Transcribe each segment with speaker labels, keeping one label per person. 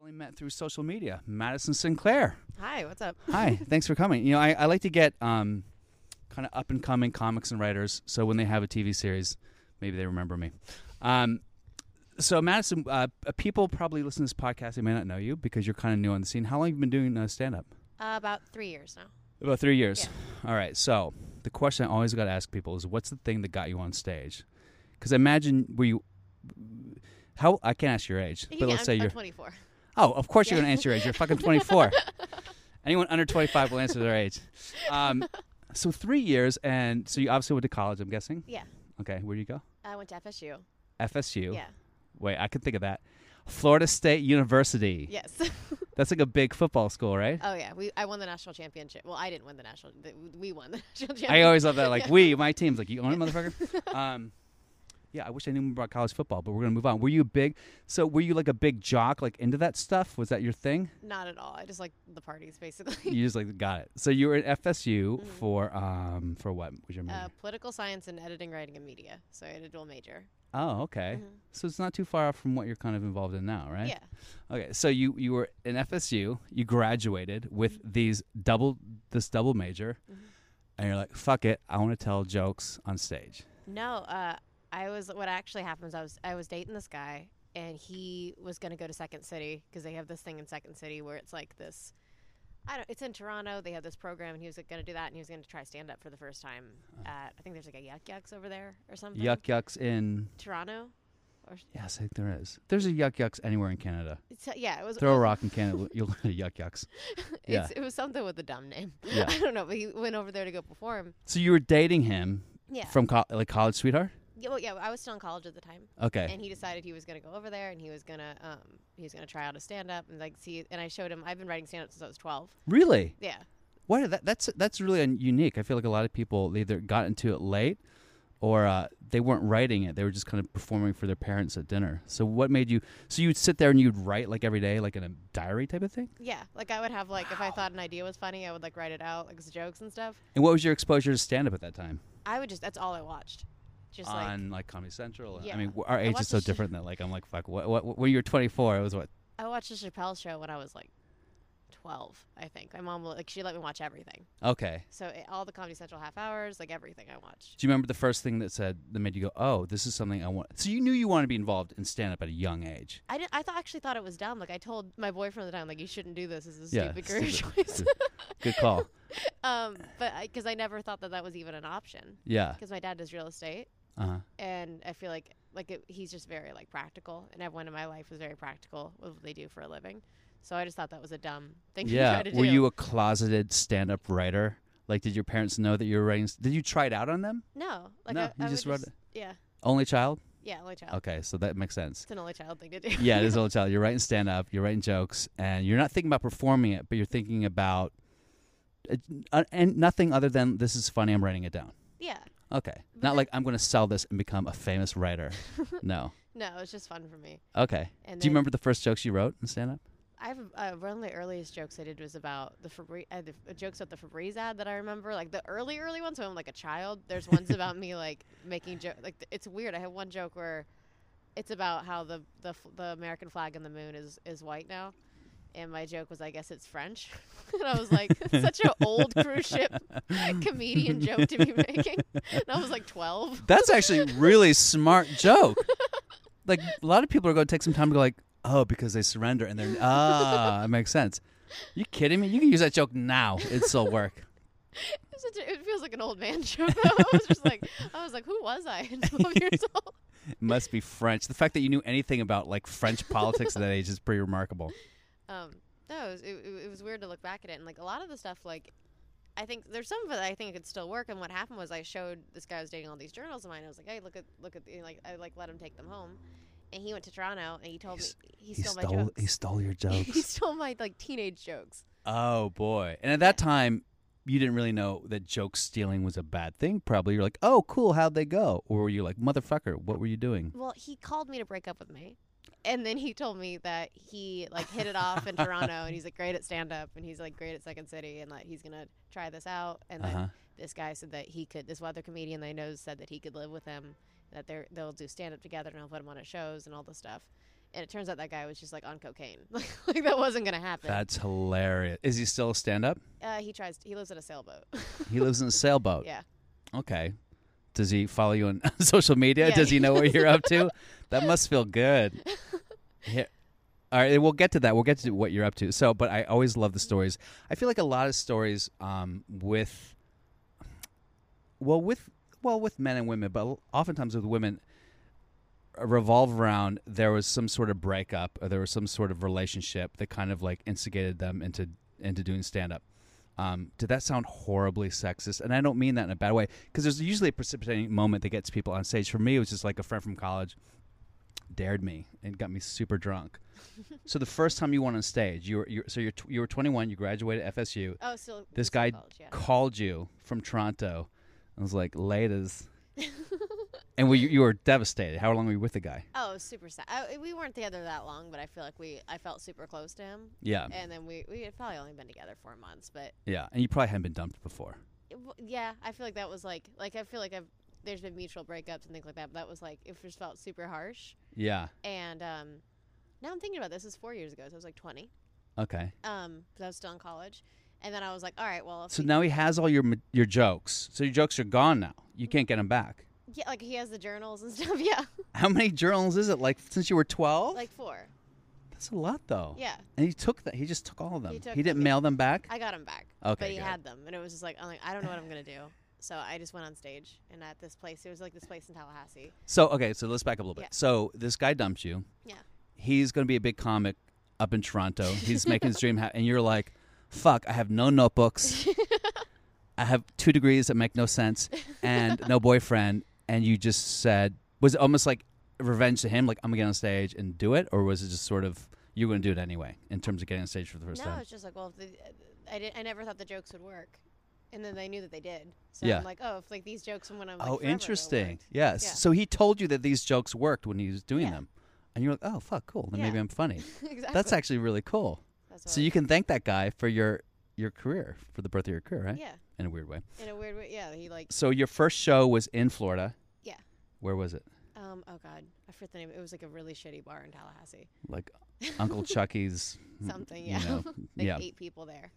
Speaker 1: Only met through social media. Madison Sinclair.
Speaker 2: Hi, what's up?
Speaker 1: Hi, thanks for coming. You know, I, I like to get um, kind of up and coming comics and writers, so when they have a TV series, maybe they remember me. Um, so, Madison, uh, uh, people probably listen to this podcast. They may not know you because you're kind of new on the scene. How long have you been doing uh, stand up?
Speaker 2: Uh, about three years now.
Speaker 1: About three years. All right. So, the question I always got to ask people is what's the thing that got you on stage? Because I imagine, were you. How I can't ask your age, but let's
Speaker 2: I'm,
Speaker 1: say
Speaker 2: I'm
Speaker 1: you're
Speaker 2: 24.
Speaker 1: Oh, of course you're going to answer your age. You're fucking 24. Anyone under 25 will answer their age. Um, so three years, and so you obviously went to college. I'm guessing.
Speaker 2: Yeah,
Speaker 1: Okay, where do you go?
Speaker 2: I went to FSU.
Speaker 1: FSU.
Speaker 2: Yeah,
Speaker 1: Wait, I can think of that. Florida State University.
Speaker 2: yes.
Speaker 1: That's like a big football school, right?
Speaker 2: oh yeah, we I won the national championship. Well, I didn't win the national. th- We won the national championship.
Speaker 1: I always love that. Like we, my team's like you own it, motherfucker. Um, yeah, I wish I knew more about college football, but we're gonna move on. Were you a big? So were you like a big jock, like into that stuff? Was that your thing?
Speaker 2: Not at all. I just like the parties, basically.
Speaker 1: You just like got it. So you were at FSU for um for what was your major?
Speaker 2: Mm. Uh, political science and editing, writing, and media. So I had a dual major.
Speaker 1: Oh, okay. So it's not too far off from what you're kind of involved in now, right?
Speaker 2: Mm-hmm. Yeah.
Speaker 1: Okay. So you you were in FSU, you graduated with
Speaker 2: Mm-hmm.
Speaker 1: these double this double major, and you're like, "Fuck it, I want to tell jokes on stage."
Speaker 2: No, uh, I was. What actually happened was I was I was dating this guy, and he was going to go to Second City because they have this thing in Second City where it's like this. I don't. It's in Toronto. They have this program, and he was going to do that, and he was going to try stand up for the first time. At, I think there's like a Yuck Yucks over there or something.
Speaker 1: Uh. Yuck yucks in
Speaker 2: Toronto.
Speaker 1: yes, I think there is. There's a yuck yucks anywhere in Canada.
Speaker 2: It's, yeah, it was.
Speaker 1: Throw a rock in Canada, you'll learn a yuck yucks. Yeah.
Speaker 2: It's, It was something with a dumb name.
Speaker 1: Yeah.
Speaker 2: I don't know, but he went over there to go perform.
Speaker 1: So you were dating him
Speaker 2: Yeah.
Speaker 1: from co- like college sweetheart.
Speaker 2: yeah, well, yeah, I was still in college at the time.
Speaker 1: Okay.
Speaker 2: and he decided he was going to go over there and he was going to um he was going to try out a stand up and like see and I showed him I've been writing stand up since I was 12.
Speaker 1: really?
Speaker 2: Yeah.
Speaker 1: Why did that? That's that's really un- unique. I feel like a lot of people they either got into it late, or uh, they weren't writing it. They were just kind of performing for their parents at dinner. So what made you? So you'd sit there and you'd write like every day, like in a diary type of thing.
Speaker 2: Yeah, like I would have like if I thought an idea was funny, I would like write it out like as jokes and stuff.
Speaker 1: And what was your exposure to stand up at that time?
Speaker 2: I would just that's all I watched. Just like
Speaker 1: On like Comedy Central. and- I
Speaker 2: Yeah.
Speaker 1: mean, w- our
Speaker 2: I
Speaker 1: age is
Speaker 2: watched
Speaker 1: so
Speaker 2: the sh-
Speaker 1: different that like I'm like fuck. What, what, when you were 24, it was what?
Speaker 2: I watched the Chappelle show when I was like 12, I think. My mom like she let me watch everything.
Speaker 1: Okay.
Speaker 2: So it, all the Comedy Central half hours, like everything I watched.
Speaker 1: Do you remember the first thing that said that made you go, "Oh, this is something I want"? So you knew you wanted to be involved in stand up at a young age.
Speaker 2: I, did, I thought, actually thought it was dumb. Like I told my boyfriend at the time, like you shouldn't do this. This is a
Speaker 1: Yeah,
Speaker 2: stupid career
Speaker 1: stupid.
Speaker 2: choice.
Speaker 1: Good call.
Speaker 2: um, but because I never thought that that was even an option.
Speaker 1: yeah.
Speaker 2: because my dad does real estate
Speaker 1: Uh huh.
Speaker 2: and i feel like like it, he's just very like practical and everyone in my life was very practical with what they do for a living so i just thought that was a dumb thing to
Speaker 1: Yeah.
Speaker 2: try to
Speaker 1: Were
Speaker 2: do
Speaker 1: you a closeted stand up writer? Like, did your parents know that you were writing? s- Did you try it out on them?
Speaker 2: no like
Speaker 1: No,
Speaker 2: I,
Speaker 1: you
Speaker 2: I would
Speaker 1: just
Speaker 2: just
Speaker 1: read it.
Speaker 2: yeah
Speaker 1: Only child?
Speaker 2: yeah only child
Speaker 1: Okay, so that makes sense.
Speaker 2: it's an only child thing to do
Speaker 1: Yeah, it is only child. You're writing stand up, you're writing jokes, and you're not thinking about performing it, but you're thinking about it, uh, and nothing other than this is funny, I'm writing it down.
Speaker 2: yeah
Speaker 1: Okay. Not like I'm going to sell this and become a famous writer. no.
Speaker 2: no it's just fun for me
Speaker 1: Okay.
Speaker 2: And
Speaker 1: Do you
Speaker 2: then-
Speaker 1: remember the first jokes you wrote in stand up?
Speaker 2: I've uh, one of the earliest jokes I did was about the Febreze, uh, the f- jokes about the Febreze ad that I remember, like the early, early ones when I'm like a child. There's ones about me like making joke, like th- it's weird. I have one joke where it's about how the the, f- the American flag and the moon is is white now, and my joke was I guess it's French, and I was like such an old cruise ship comedian joke to be making, and I was like 12.
Speaker 1: That's actually really smart joke. Like a lot of people are going to take some time to go like, oh, because they surrender and they're ah, it makes sense. You kidding me? You can use that joke now; it still work.
Speaker 2: It, was such a- it feels like an old man joke. Though. I was just like I was like who was I at 12 years old?
Speaker 1: It must be French. The fact that you knew anything about like French politics at that age is pretty remarkable.
Speaker 2: um no it was, it, it- it was weird to look back at it and like a lot of the stuff like i think there's some of it i think could still work and what happened was i showed this guy I was dating all these journals of mine i was like hey look at look at the, like i like let him take them home and he went to toronto and he told
Speaker 1: He's-
Speaker 2: me he stole,
Speaker 1: he
Speaker 2: my
Speaker 1: stole,
Speaker 2: jokes
Speaker 1: your
Speaker 2: he
Speaker 1: jokes.
Speaker 2: stole my like teenage jokes
Speaker 1: oh boy! And at that time, you didn't really know that joke stealing was a bad thing. Probably you're like, oh, cool, how'd they go? Or were you like, motherfucker, what were you doing?
Speaker 2: Well, he called me to break up with me. And then he told me that he like hit it off in Toronto and he's like great at stand up and he's like great at Second City and like he's gonna try this out and then
Speaker 1: Uh-huh.
Speaker 2: this guy said that he could this other comedian they know said that he could live with him that they're they'll do stand up together and he'll put him on his shows and all this stuff and it turns out that guy was just like on cocaine like, that wasn't gonna happen
Speaker 1: That's hilarious. Is he still a stand up?
Speaker 2: uh, he tries he lives in a sailboat
Speaker 1: He lives in a sailboat.
Speaker 2: yeah
Speaker 1: Okay. Does he follow you on social media?
Speaker 2: Yeah,
Speaker 1: Does he
Speaker 2: he
Speaker 1: know what you're up to? That must feel good. Here. All right, we'll get to that. We'll get to what you're up to. So, but I always love the stories. I feel like a lot of stories um, with, well, with well, with men and women, but oftentimes with women, revolve around there was some sort of breakup or there was some sort of relationship that kind of like instigated them into into doing stand up. Um, did that sound horribly sexist? And I don't mean that in a bad way because there's usually a precipitating moment that gets people on stage. For me, it was just like a friend from college dared me and got me super drunk. so the first time you went on stage, you were you were- so you're tw- you were 21, you graduated FSU.
Speaker 2: oh so
Speaker 1: This
Speaker 2: he's in
Speaker 1: guy
Speaker 2: college, yeah.
Speaker 1: called you from Toronto and was like, "Laters." and we, you were devastated. How long were you with the guy?
Speaker 2: oh super sad I, we weren't together that long but I feel like we I felt super close to him
Speaker 1: Yeah.
Speaker 2: and then we we had probably only been together four months, but
Speaker 1: Yeah, and you probably hadn't been dumped before.
Speaker 2: it w- yeah, I feel like that was like like I feel like I've there's been mutual breakups and things like that, but that was like it just felt super harsh.
Speaker 1: Yeah.
Speaker 2: And um, now I'm thinking about this. This is four years ago, so I was like 20.
Speaker 1: Okay.
Speaker 2: Um, 'cause I was still in college, and then I was like, all right, well, if
Speaker 1: So
Speaker 2: he-
Speaker 1: now he has all your ma- your jokes. So your jokes are gone now. You can't get them back.
Speaker 2: yeah, like he has the journals and stuff. Yeah,
Speaker 1: How many journals is it? Like since you were twelve?
Speaker 2: like four.
Speaker 1: that's a lot though.
Speaker 2: Yeah.
Speaker 1: And he took that. He just took all of them.
Speaker 2: He
Speaker 1: He,
Speaker 2: took
Speaker 1: didn't
Speaker 2: them.
Speaker 1: mail them back.
Speaker 2: I got them back.
Speaker 1: Okay,
Speaker 2: But he
Speaker 1: good.
Speaker 2: had them, and it was just like I'm like I don't know what I'm gonna do. So I just went on stage, and at this place, it was like this place in Tallahassee.
Speaker 1: so okay. So let's back up a little bit.
Speaker 2: Yeah.
Speaker 1: So this guy dumped you.
Speaker 2: Yeah.
Speaker 1: He's going to be a big comic up in Toronto. He's making his dream happen. And you're like, fuck. I have no notebooks. I have two degrees that make no sense and no boyfriend. And you just said, was it almost like revenge to him? Like I'm gonna get on stage and do it, or was it just sort of you were gonna do it anyway in terms of getting on stage for the first
Speaker 2: No,
Speaker 1: time?
Speaker 2: it's just like, well, if the, I did. I never thought the jokes would work, and then they knew that they did. So
Speaker 1: Yeah.
Speaker 2: I'm like, oh, if like these jokes from when I'm like,
Speaker 1: Oh,
Speaker 2: forever ago
Speaker 1: interesting.
Speaker 2: worked.
Speaker 1: Yes.
Speaker 2: Yeah.
Speaker 1: So he told you that these jokes worked when he was doing
Speaker 2: Yeah.
Speaker 1: them, and you're like, "Oh, fuck, cool. Then
Speaker 2: Yeah.
Speaker 1: maybe I'm funny."
Speaker 2: exactly.
Speaker 1: That's actually really cool.
Speaker 2: That's
Speaker 1: So you can thank that guy for your your career, for the birth of your career, right?
Speaker 2: yeah,
Speaker 1: In a weird way.
Speaker 2: in a weird way, yeah. He like,
Speaker 1: So your first show was in Florida.
Speaker 2: Yeah.
Speaker 1: Where was it?
Speaker 2: um, oh god, I forget the name. It was like a really shitty bar in Tallahassee.
Speaker 1: Like Uncle Chucky's. mm,
Speaker 2: Something,
Speaker 1: you
Speaker 2: yeah.
Speaker 1: know,
Speaker 2: Like
Speaker 1: yeah.
Speaker 2: eight people there.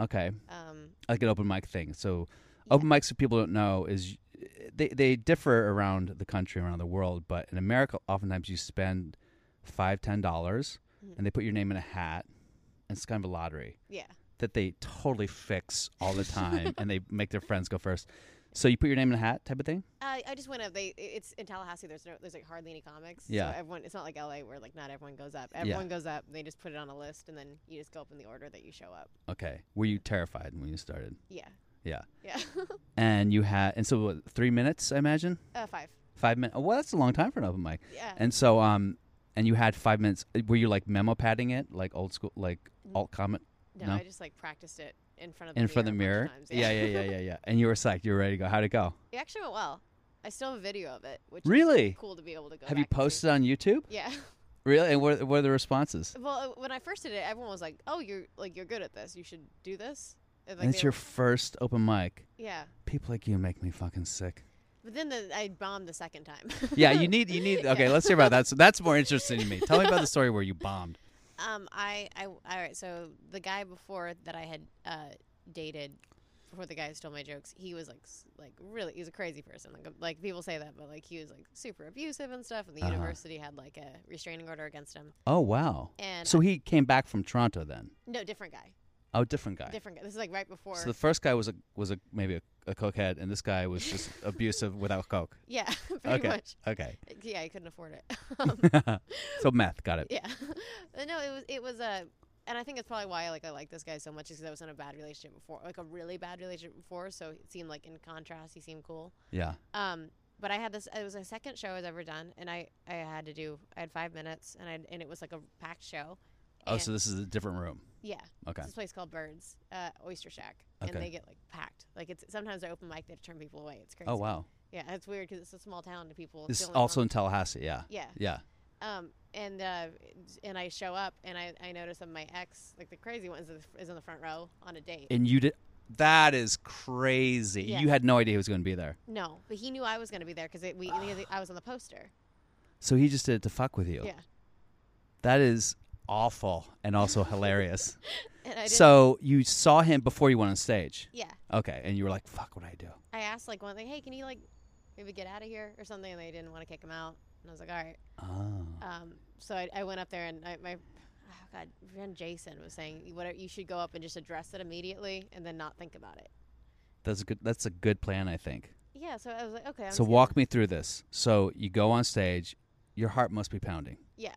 Speaker 1: Okay.
Speaker 2: Um,
Speaker 1: Like an open mic thing. So open mics, if people don't know, is y- they they differ around the country, around the world. But in America, oftentimes you spend five, ten dollars,
Speaker 2: Mm.
Speaker 1: and they put your name in a hat. And it's kind of a lottery.
Speaker 2: yeah,
Speaker 1: that they totally fix all the time and they make their friends go first. So you put your name in a hat type of thing?
Speaker 2: I I just went up. They i- it's in Tallahassee. There's no there's like hardly any comics.
Speaker 1: Yeah.
Speaker 2: so everyone. It's not like LA where like not everyone goes up. Everyone goes up. They just put it on a list, and then you just go up in the order that you show up.
Speaker 1: Okay. Were you terrified when you started?
Speaker 2: Yeah,
Speaker 1: Yeah.
Speaker 2: yeah.
Speaker 1: And you had and so what, 3 minutes, I imagine?
Speaker 2: uh, five.
Speaker 1: 5 minutes. Oh, well, that's a long time for an open mic.
Speaker 2: Yeah.
Speaker 1: And so um and you had 5 minutes were you like memo padding it like old school like alt comment
Speaker 2: No,
Speaker 1: No?
Speaker 2: I just like practiced it in front of the
Speaker 1: in
Speaker 2: mirror
Speaker 1: front
Speaker 2: a
Speaker 1: of the
Speaker 2: bunch
Speaker 1: mirror?
Speaker 2: times,
Speaker 1: yeah, yeah, yeah, yeah, yeah. And you were psyched, you were ready to go. How'd it go?
Speaker 2: it actually went well. I still have a video of it, which
Speaker 1: Really?
Speaker 2: is cool to be able to go.
Speaker 1: Have you
Speaker 2: back and see.
Speaker 1: posted on YouTube?
Speaker 2: Yeah.
Speaker 1: Really? And what what are the responses?
Speaker 2: Well, uh, when I first did it, everyone was like, "Oh, you're like you're good at this. You should do this." And, like,
Speaker 1: and it's
Speaker 2: they
Speaker 1: your
Speaker 2: were-
Speaker 1: first open mic.
Speaker 2: yeah.
Speaker 1: People like you make me fucking sick.
Speaker 2: But then the, I bombed the second time.
Speaker 1: yeah, you need you need. Okay,
Speaker 2: Yeah.
Speaker 1: let's hear about that. So that's more interesting to me. Tell me about the story where you bombed.
Speaker 2: Um, I, I, all right. So the guy before that I had uh, dated, before the guy who stole my jokes, he was like, s- like really, he was a crazy person. Like, um, like people say that, but like he was like super abusive and stuff. And the
Speaker 1: Uh-huh.
Speaker 2: university had like a restraining order against him.
Speaker 1: Oh wow!
Speaker 2: And
Speaker 1: So he came back from Toronto then.
Speaker 2: no, different guy,
Speaker 1: Oh, different guy.
Speaker 2: different guy. This is like right before.
Speaker 1: So the first guy was a was a maybe a, a cokehead, and this guy was just abusive without coke.
Speaker 2: yeah, pretty
Speaker 1: Okay.
Speaker 2: much.
Speaker 1: Okay.
Speaker 2: Yeah, he couldn't afford it. um,
Speaker 1: so meth, got it.
Speaker 2: yeah, But no, it was it was a. And I think it's probably why like I like this guy so much is 'cause I was in a bad relationship before, like a really bad relationship before. So it seemed like in contrast, he seemed cool.
Speaker 1: Yeah.
Speaker 2: Um, but I had this. It was the second show I was ever done, and I I had to do. I had five minutes, and I and it was like a packed show,
Speaker 1: Oh,
Speaker 2: and-
Speaker 1: so this is a different room.
Speaker 2: yeah.
Speaker 1: Okay.
Speaker 2: It's this place called Burns uh, Oyster Shack,
Speaker 1: Okay.
Speaker 2: and they get like packed. Like it's sometimes they open mic, they have to turn people away. It's crazy.
Speaker 1: Oh wow.
Speaker 2: Yeah, it's weird because it's a small town to people.
Speaker 1: This is
Speaker 2: don't know
Speaker 1: also in Tallahassee. Yeah.
Speaker 2: Yeah.
Speaker 1: Yeah.
Speaker 2: Um, and uh, and I show up and I, I notice that my ex, like the crazy one, is in the- is in the front row on a date.
Speaker 1: And you did. That is crazy.
Speaker 2: Yeah.
Speaker 1: You had no idea he was going to be there.
Speaker 2: no, but he knew I was going to be there because we
Speaker 1: Ah.
Speaker 2: because I was on the poster.
Speaker 1: So he just did it to fuck with you.
Speaker 2: Yeah,
Speaker 1: That is awful and also hilarious.
Speaker 2: and I didn't,
Speaker 1: So you saw him before you went on stage.
Speaker 2: yeah,
Speaker 1: Okay, and you were like, "Fuck, what do I do?"
Speaker 2: I asked like one like, hey, can you like maybe get out of here or something? And they didn't want to kick him out, and I was like, all right.
Speaker 1: Oh.
Speaker 2: Um, so I, I went up there and I, my oh god friend Jason was saying you what you should go up and just address it immediately and then not think about it.
Speaker 1: That's a good. That's a good plan, I think.
Speaker 2: Yeah, so I was like, okay. I'm just
Speaker 1: so
Speaker 2: gonna-
Speaker 1: walk me through this. So you go on stage, your heart must be pounding.
Speaker 2: Yeah,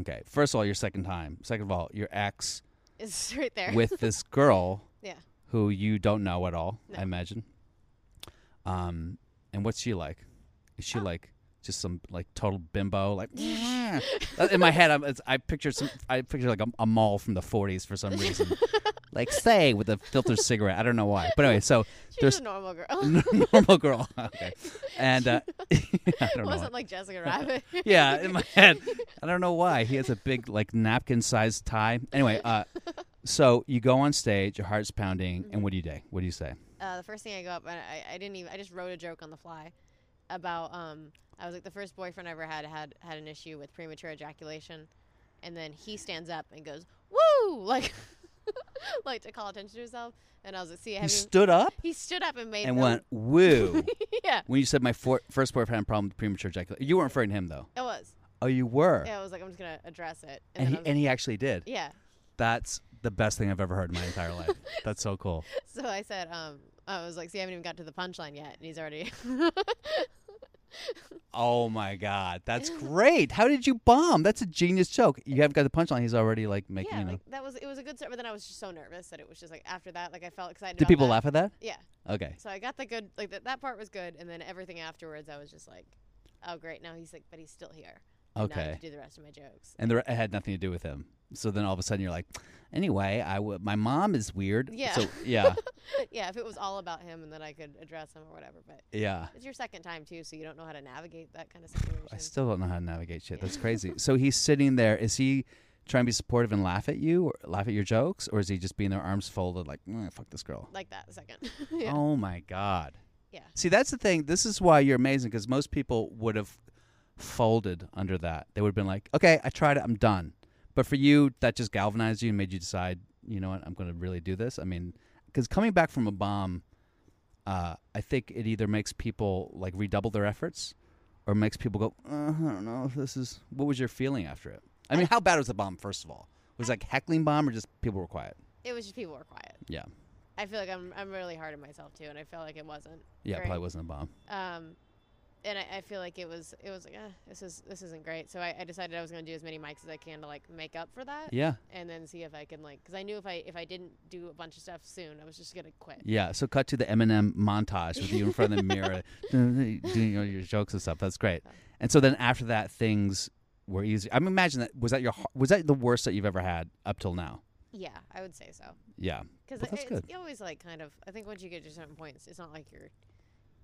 Speaker 1: Okay. First of all, your second time. Second of all, your ex
Speaker 2: it's right there.
Speaker 1: with this girl
Speaker 2: Yeah.
Speaker 1: who you don't know at all,
Speaker 2: No.
Speaker 1: I imagine. Um, and what's she like? Is
Speaker 2: Oh.
Speaker 1: she like just some like total bimbo? Like That- in my head, I'm, it's, I pictured some. I pictured like a, a mall from the '40s for some reason. like say with a filtered cigarette. I don't know why, but anyway. So
Speaker 2: She's
Speaker 1: there's
Speaker 2: a normal girl.
Speaker 1: normal girl. Okay. And uh, I
Speaker 2: It
Speaker 1: don't know.
Speaker 2: wasn't like Jessica Rabbit.
Speaker 1: yeah, in my head, I don't know why he has a big like napkin-sized tie. Anyway, uh, so you go on stage, your heart's pounding, and what do you do? What do you say?
Speaker 2: uh, the first thing Mm-hmm. I go up and I, I didn't even I just wrote a joke on the fly about um I was like the first boyfriend I ever had had had an issue with premature ejaculation, and then he stands up and goes woo like like to call attention to himself, and I was like see have
Speaker 1: He
Speaker 2: you
Speaker 1: stood up
Speaker 2: he stood up and made
Speaker 1: and
Speaker 2: them-
Speaker 1: went woo.
Speaker 2: yeah
Speaker 1: when you said my for- first boyfriend had a problem with premature ejaculation, you weren't referring to him though.
Speaker 2: it was
Speaker 1: Oh, you were.
Speaker 2: yeah I was like I'm just gonna address it
Speaker 1: And
Speaker 2: then
Speaker 1: he
Speaker 2: I was
Speaker 1: and he actually did.
Speaker 2: like, yeah
Speaker 1: That's the best thing I've ever heard in my entire life. That's so cool.
Speaker 2: so I said um I was like see I haven't even got to the punchline yet and he's already
Speaker 1: Oh my god, that's great! How did you bomb? That's a genius joke. You haven't got the punchline. He's already like making.
Speaker 2: yeah
Speaker 1: you know.
Speaker 2: like that was it was a good start but then I was just so nervous that it was just like after that like I felt because I
Speaker 1: Did people laugh at that?
Speaker 2: yeah
Speaker 1: Okay.
Speaker 2: So I got the good, like that. That part was good, and then everything afterwards, I was just like, "Oh, great!" Now he's like, "But he's still here." And Now I
Speaker 1: Okay.
Speaker 2: have to do the rest of my jokes.
Speaker 1: And the, re- it had nothing to do with him. So then all of a sudden you're like, anyway, I w- my mom is weird.
Speaker 2: Yeah.
Speaker 1: So yeah,
Speaker 2: yeah, if it was all about him, and then I could address him or whatever. But
Speaker 1: yeah.
Speaker 2: it's your second time too, so you don't know how to navigate that kind of situation.
Speaker 1: I still don't know how to navigate shit. That's crazy. so he's sitting there. Is he trying to be supportive and laugh at you or laugh at your jokes, or is he just being there, arms folded, like, "Mm, fuck this girl?
Speaker 2: like that second. yeah.
Speaker 1: Oh my god.
Speaker 2: Yeah.
Speaker 1: See, that's the thing. This is why you're amazing because most people would have folded under that. They would have been like, okay, I tried it, I'm done. But for you, that just galvanized you and made you decide, you know what, I'm going to really do this. I mean, because coming back from a bomb, uh, I think it either makes people like redouble their efforts or makes people go, uh, I don't know, if this is, what was your feeling after it? I mean, how bad was the bomb, first of all? Was it like heckling bomb or just people were quiet?
Speaker 2: It was just people were quiet.
Speaker 1: Yeah.
Speaker 2: I feel like I'm I'm really hard on myself too, and I felt like it wasn't.
Speaker 1: Yeah, it
Speaker 2: great.
Speaker 1: probably wasn't a bomb.
Speaker 2: Um, and I, I feel like it was it was like uh, this is this isn't great. So I, I decided I was going to do as many mics as I can to like make up for that.
Speaker 1: Yeah.
Speaker 2: and then see if I can like because I knew if I if I didn't do a bunch of stuff soon, I was just gonna quit.
Speaker 1: Yeah, so cut to the Eminem montage with you in front of the mirror doing all your jokes and stuff. That's great. And so then after that, things were easy. I mean, imagine that was that your har- was that the worst that you've ever had up till now?
Speaker 2: Yeah, I would say so
Speaker 1: Yeah,
Speaker 2: because
Speaker 1: Well, that's
Speaker 2: it's
Speaker 1: good.
Speaker 2: you always like kind of. I think once you get to certain points, it's not like you're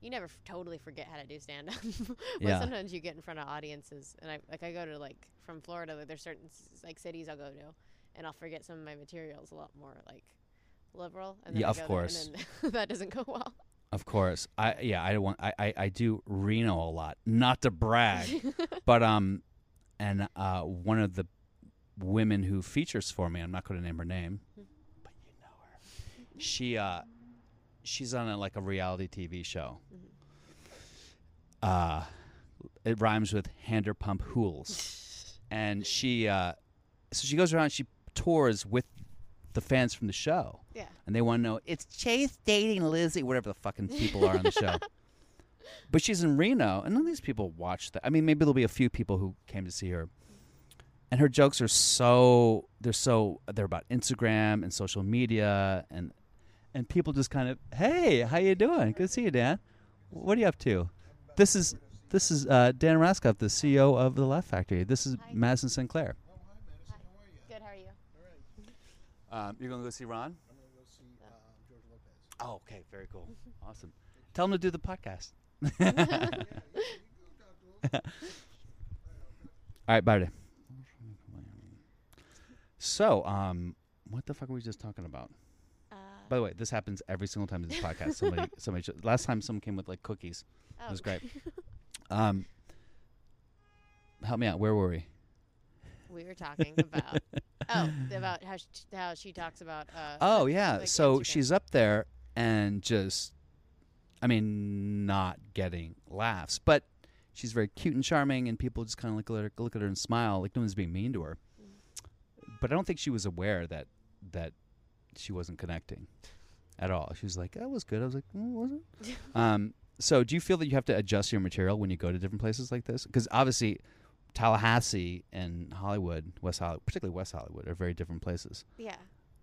Speaker 2: you never f- totally forget how to do stand up. but
Speaker 1: Yeah.
Speaker 2: sometimes you get in front of audiences, and I like I go to like from Florida, like there's certain s- like cities I'll go to, and I'll forget some of my materials a lot more like liberal. And then
Speaker 1: Yeah,
Speaker 2: I
Speaker 1: of
Speaker 2: go there,
Speaker 1: course.
Speaker 2: and then that doesn't go well.
Speaker 1: of course. I yeah, I want I, I I do Reno a lot, not to brag, but um, and uh, one of the women who features for me, I'm not going to name her name, but you know her. She uh, she's on a, like a reality TV show. Uh, it rhymes with Hander Pump Hools, and she uh, so she goes around. She tours with the fans from the show,
Speaker 2: Yeah.
Speaker 1: and they want to know it's Chase dating Lizzie, whatever the fucking people are on the show. But she's in Reno, and none of these people watch that. I mean, maybe there'll be a few people who came to see her, and her jokes are so they're so they're about Instagram and social media, and and people just kind of hey, how you doing? Good to see you, Dan. What are you up to? This is this is uh, Dan Raskoff, the CEO of the Laugh Factory. This is Madison Sinclair.
Speaker 2: Good. How are you?
Speaker 1: Um, you're gonna go see Ron.
Speaker 3: I'm going to go see um, George Lopez.
Speaker 1: Oh, okay, very cool, awesome. Tell him to do the podcast. All right, bye. today. So, um, what the fuck were we just talking about? By the way, this happens every single time in this podcast. Somebody, somebody. sh- Last time, someone came with like cookies. It was great. Um, help me out. Where were we?
Speaker 2: We were talking about oh about how she, how she talks about uh,
Speaker 1: Oh yeah.
Speaker 2: like
Speaker 1: so
Speaker 2: Instagram.
Speaker 1: she's up there and just, I mean, not getting laughs, but she's very cute and charming, and people just kind of look at her, look at her and smile, like no one's being mean to her. But I don't think she was aware that that she wasn't connecting at all. She was like, "That was good." I was like, "Mm, "Was it?" um, so, do you feel that you have to adjust your material when you go to different places like this? Because obviously, Tallahassee and Hollywood, West Hollywood, particularly West Hollywood, are very different places.
Speaker 2: yeah.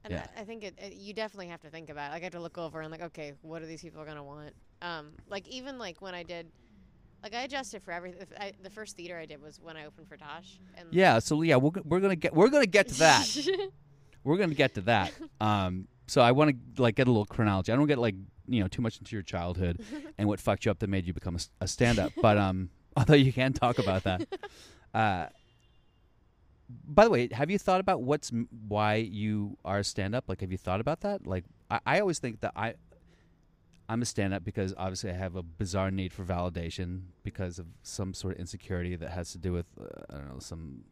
Speaker 2: And
Speaker 1: Yeah.
Speaker 2: I, I think it, it, you definitely have to think about. It. Like I had to look over and like, okay, what are these people gonna want? Um, like even like when I did, like I adjusted for everything. I, the first theater I did was when I opened for Tosh. And
Speaker 1: Yeah, so yeah, we're, g- we're gonna get we're gonna get to that. we're gonna get to that. Um, so I want to like get a little chronology. I don't get like you know too much into your childhood and what fucked you up that made you become a s- a, stand up. But um, although you can talk about that. Uh, by the way, have you thought about what's m- why you are a stand up? Like, have you thought about that? Like, I, I always think that I. I'm a stand up because obviously I have a bizarre need for validation because of some sort of insecurity that has to do with uh, I don't know some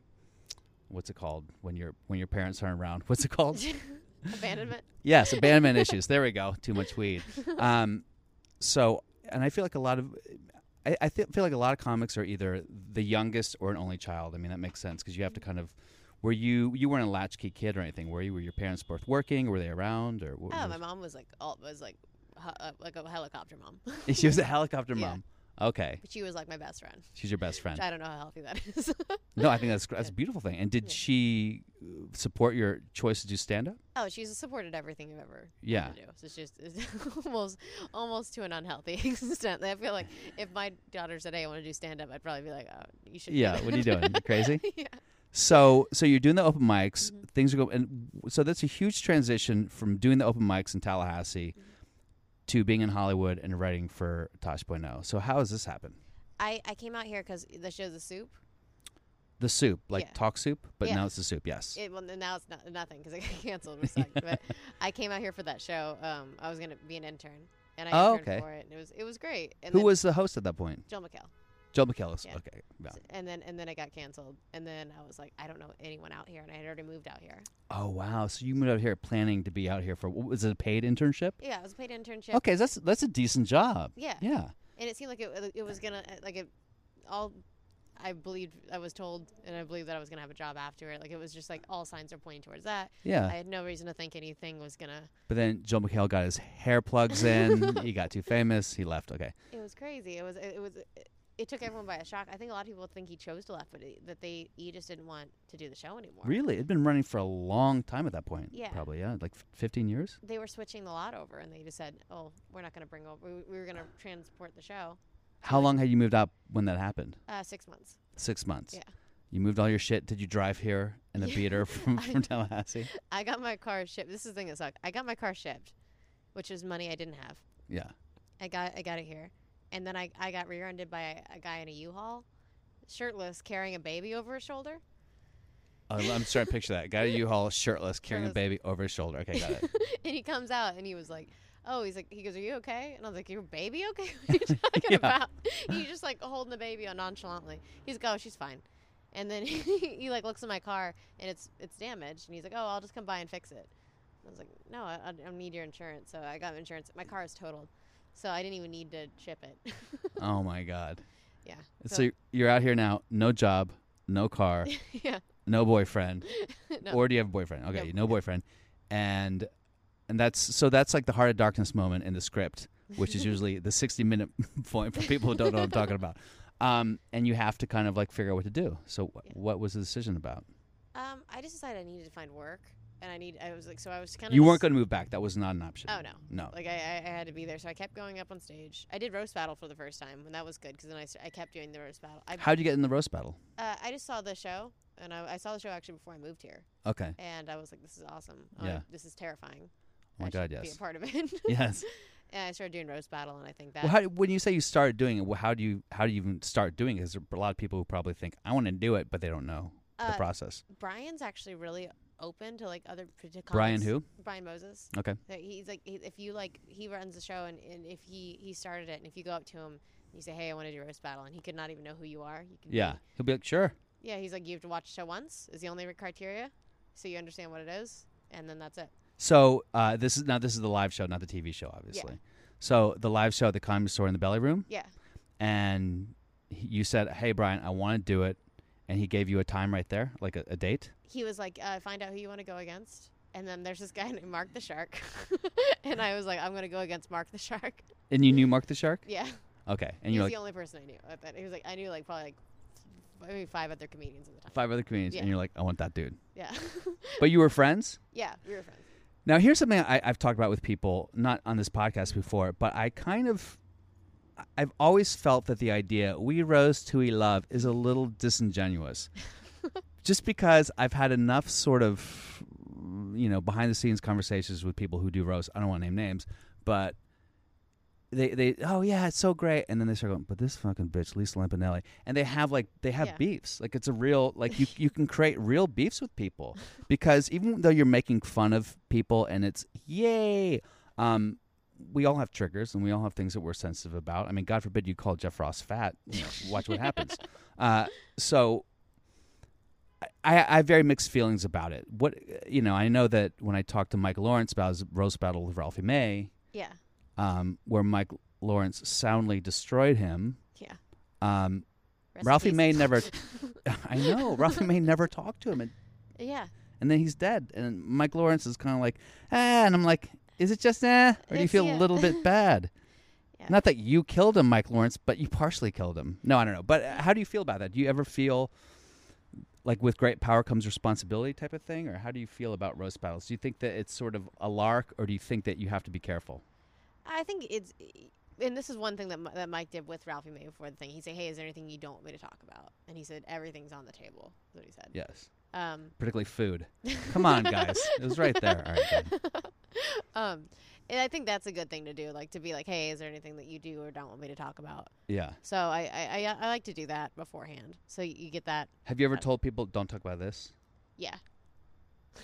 Speaker 1: what's it called when your when your parents aren't around what's it called
Speaker 2: abandonment.
Speaker 1: Yes, abandonment issues. There we go. Too much weed. Um, so, and I feel like a lot of, I, I thi- feel like a lot of comics are either the youngest or an only child. I mean, that makes sense because you have to kind of. Were you you weren't a latchkey kid or anything? Were you? Were your parents both working? Were they around? Or what
Speaker 2: Oh,
Speaker 1: was-
Speaker 2: my mom was like all was like hu- uh, like a helicopter mom,
Speaker 1: she was a helicopter
Speaker 2: Yeah.
Speaker 1: mom. Okay,
Speaker 2: but she was like my best friend.
Speaker 1: she's your best friend.
Speaker 2: I don't know how healthy that is.
Speaker 1: No, I think that's that's a beautiful thing. And did she uh, support your choice to do stand up?
Speaker 2: oh, she's supported everything you've ever
Speaker 1: Yeah.
Speaker 2: wanted to do. So it's just it's almost almost to an unhealthy extent. I feel like if my daughter said, "Hey, I want to do stand up," I'd probably be like, "Oh, you should."
Speaker 1: Yeah, what are you doing? You crazy?
Speaker 2: yeah. Mm-hmm.
Speaker 1: So, so you're doing the open mics. Things are going, and w- so that's a huge transition from doing the open mics in Tallahassee
Speaker 2: Mm-hmm.
Speaker 1: to being in Hollywood and writing for Tosh.0. So, how has this happened?
Speaker 2: I I came out here because the show The Soup.
Speaker 1: The soup, like
Speaker 2: Yeah.
Speaker 1: talk soup, but
Speaker 2: Yeah.
Speaker 1: now it's the soup. Yes.
Speaker 2: It, well, n- now it's not, nothing because it got canceled. Which sucked. but I came out here for that show. Um, I was gonna be an intern, and I
Speaker 1: Oh,
Speaker 2: interned
Speaker 1: okay.
Speaker 2: for it. And it was it was great. And
Speaker 1: Who
Speaker 2: then
Speaker 1: was the host at that point?
Speaker 2: Jill McHale?
Speaker 1: Joe McKellis.
Speaker 2: Yeah.
Speaker 1: Okay. yeah.
Speaker 2: S- and then and then it got canceled and then i was like i don't know anyone out here and i had already moved out here
Speaker 1: Oh wow! So you moved out here planning to be out here for was it a paid internship?
Speaker 2: yeah i was a paid internship
Speaker 1: Okay, that's that's a decent job.
Speaker 2: yeah
Speaker 1: Yeah.
Speaker 2: and it seemed like it, it was gonna uh, like it all i believed i was told and i believed that i was gonna have a job after it like it was just like all signs are pointing towards that
Speaker 1: Yeah.
Speaker 2: i had no reason to think anything was gonna
Speaker 1: but then Joe McHale got his hair plugs in. he got too famous. He left. Okay.
Speaker 2: it was crazy it was it, it was it, it took everyone by a shock i think a lot of people think he chose to left but it, that they he just didn't want to do the show anymore
Speaker 1: Really, it'd been running for a long time at that point.
Speaker 2: Yeah.
Speaker 1: probably yeah, like f- fifteen years.
Speaker 2: they were switching the lot over and they just said oh we're not going to bring over we, we were going to transport the show
Speaker 1: How long had you moved out when that happened?
Speaker 2: uh, six months
Speaker 1: Six months.
Speaker 2: Yeah.
Speaker 1: You moved all your shit. Did you drive here in a beater from, from Tallahassee?
Speaker 2: I got my car shipped. This is the thing that sucked. I got my car shipped, which was money I didn't have.
Speaker 1: Yeah.
Speaker 2: I got I got it here, and then I I got rear-ended by a, a guy in a U-Haul, shirtless, carrying a baby over his shoulder.
Speaker 1: Oh, I'm starting to picture that. Got a U-Haul, shirtless, carrying a
Speaker 2: Shirtless.
Speaker 1: baby over his shoulder. Okay, got it.
Speaker 2: and he comes out and he was like, "Oh, he's like, he goes, are you okay?" And I was like, "Your baby okay? What are you talking
Speaker 1: Yeah.
Speaker 2: about?" And he's just like holding the baby on nonchalantly. He's like, "Oh, she's fine." And then he, like looks at my car and it's it's damaged and he's like, "Oh, I'll just come by and fix it." I was like, "No, I, I I need your insurance." So I got insurance. My car is totaled, so I didn't even need to ship it.
Speaker 1: oh my God.
Speaker 2: yeah.
Speaker 1: So, you're- you're out here now. No job. No car.
Speaker 2: yeah.
Speaker 1: no boyfriend.
Speaker 2: No.
Speaker 1: Or do you have a boyfriend? Okay,
Speaker 2: No.
Speaker 1: no, boyfriend. And and that's so that's like the heart of darkness moment in the script, which is usually the sixty minute point for people who don't know what I'm talking about. Um, and you have to kind of like figure out what to do. So wh-
Speaker 2: Yeah.
Speaker 1: what was the decision about?
Speaker 2: Um, I just decided I needed to find work and I need I was like so I was kind of
Speaker 1: You weren't going to move back. That was not an option.
Speaker 2: Oh no.
Speaker 1: No.
Speaker 2: Like I, I, I had to be there, so I kept going up on stage. I did roast battle for the first time, and that was good because then I, s- I kept doing the roast battle. I,
Speaker 1: How'd you get in the roast battle?
Speaker 2: uh, I just saw the show and I, I saw the show actually before I moved here,
Speaker 1: Okay.
Speaker 2: and I was like, "This is awesome. I-
Speaker 1: Yeah.
Speaker 2: this is terrifying.
Speaker 1: Oh my
Speaker 2: I
Speaker 1: God,
Speaker 2: should Be
Speaker 1: yes.
Speaker 2: a part of it.
Speaker 1: Yes.
Speaker 2: and I started doing roast battle, and I think that
Speaker 1: Well, how, when you say you started doing it, well, how do you how do you even start doing it? 'Cause there are a lot of people who probably think I want to do it, but they don't know the
Speaker 2: Uh,
Speaker 1: process.
Speaker 2: Brian's actually really open to like other p- to
Speaker 1: Brian
Speaker 2: comics.
Speaker 1: who?
Speaker 2: Brian Moses.
Speaker 1: Okay.
Speaker 2: That He's like, he, if you like, he runs the show, and, and if he he started it, and if you go up to him and you say, "Hey, I want to do roast battle," and he could not even know who you are. You can
Speaker 1: Yeah, he'll be like, sure.
Speaker 2: yeah. He's like, you have to watch the show once is the only criteria, so you understand what it is, and then that's it.
Speaker 1: So uh, this is now this is the live show, not the TV show, obviously. So the live show at the comedy store in the belly room,
Speaker 2: Yeah.
Speaker 1: and he- you said, "Hey, Brian, I want to do it," and he gave you a time right there, like a, a date.
Speaker 2: He was like, uh, "Find out who you want to go against." And then there's this guy named Mark the Shark, and I was like, "I'm gonna go against Mark the Shark."
Speaker 1: And you knew Mark the Shark.
Speaker 2: Yeah.
Speaker 1: Okay, and
Speaker 2: he
Speaker 1: you're
Speaker 2: was
Speaker 1: like
Speaker 2: the only person I knew. at that. He was like, I knew like probably like f- maybe five other comedians at the time.
Speaker 1: five other comedians, and
Speaker 2: Yeah.
Speaker 1: you're like, I want that dude.
Speaker 2: Yeah.
Speaker 1: But you were friends.
Speaker 2: yeah, we were friends.
Speaker 1: Now, here's something I, I've talked about with people, not on this podcast before, but I kind of, I've always felt that the idea "we roast who we love" is a little disingenuous, just because I've had enough sort of, you know, behind the scenes conversations with people who do roast. I don't want to name names, but. They, they oh yeah it's so great and then they start going but this fucking bitch Lisa Lampanelli and they have like they have
Speaker 2: Yeah.
Speaker 1: beefs like it's a real like you you can create real beefs with people because even though you're making fun of people and it's yay, um, we all have triggers and we all have things that we're sensitive about. I mean, God forbid you call Jeff Ross fat. You know, watch what happens. Uh, so. I, I have very mixed feelings about it. What you know, I know that when I talked to Mike Lawrence about his roast battle with Ralphie May,
Speaker 2: Yeah.
Speaker 1: um, where Mike Lawrence soundly destroyed him,
Speaker 2: Yeah.
Speaker 1: um,
Speaker 2: Rest in
Speaker 1: Ralphie
Speaker 2: peace.
Speaker 1: May never. I know Ralphie May never talked to him, and
Speaker 2: yeah.
Speaker 1: and then he's dead. And Mike Lawrence is kind of like, ah, and I'm like, is it just eh, or do you
Speaker 2: It's-
Speaker 1: feel a
Speaker 2: yeah.
Speaker 1: little bit bad?
Speaker 2: Yeah.
Speaker 1: Not that you killed him, Mike Lawrence, but you partially killed him. No, I don't know. But uh, how do you feel about that? Do you ever feel like with great power comes responsibility type of thing, or how do you feel about roast battles? Do you think that it's sort of a lark, or do you think that you have to be careful?
Speaker 2: I think it's, and this is one thing that Mi- that Mike did with Ralphie May before the thing. He said, "Hey, is there anything you don't want me to talk about?" And he said, "Everything's on the table." Is what he said.
Speaker 1: Yes,
Speaker 2: Um,
Speaker 1: particularly food. Come on, guys, it was right there. All right, good.
Speaker 2: um, and I think that's a good thing to do, like to be like, "Hey, is there anything that you do or don't want me to talk about?"
Speaker 1: yeah.
Speaker 2: So I I, I, I like to do that beforehand, so you, you get that.
Speaker 1: Have you ever told people don't talk about this?
Speaker 2: Yeah.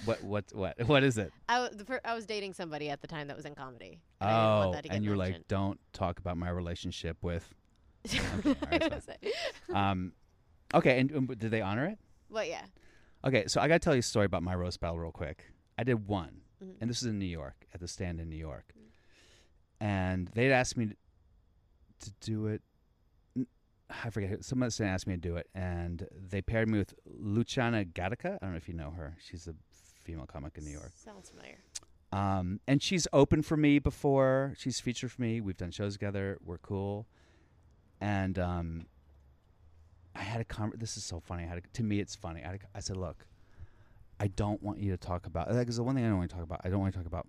Speaker 1: What? What? What? What is it?
Speaker 2: I, w- the fir- I was dating somebody at the time that was in comedy. and I didn't want
Speaker 1: Oh,
Speaker 2: that to get
Speaker 1: and you're like,
Speaker 2: mentioned.
Speaker 1: don't talk about my relationship with.
Speaker 2: I
Speaker 1: alright,
Speaker 2: was like-
Speaker 1: Um, okay, and, and did they honor it?
Speaker 2: but yeah,
Speaker 1: Okay, so I gotta tell you a story about my roast battle real quick. I did one,
Speaker 2: Mhm.
Speaker 1: and this is in New York at the stand in New York, and they'd asked me to, to do it. N- I forget who- someone at the stand asked me to do it, and they paired me with Luciana Gatica. I don't know if you know her. She's a female comic in New York.
Speaker 2: sounds familiar.
Speaker 1: Um, and she's opened for me before. She's featured for me. We've done shows together. We're cool. And um, I had a conver This is so funny. I had a, to me, it's funny. I, had a, I said, look, I don't want you to talk about because the one thing I don't want to talk about. I don't want to talk about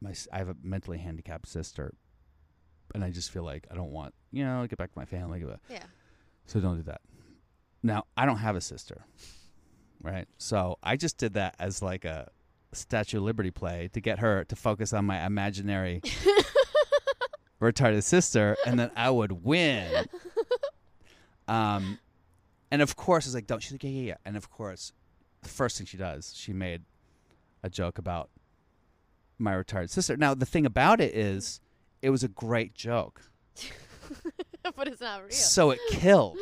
Speaker 1: my. s- I have a mentally handicapped sister, and I just feel like I don't want you know get back to my family. But
Speaker 2: Yeah,
Speaker 1: so don't do that. Now, I don't have a sister, right? So I just did that as like a Statue of Liberty play to get her to focus on my imaginary retarded sister, and then I would win. Um, and of course, it's like, don't. She's like, yeah, yeah, yeah. And of course, the first thing she does, she made a joke about my retarded sister. Now, the thing about it is, it was a great joke.
Speaker 2: but it's not real.
Speaker 1: So it killed.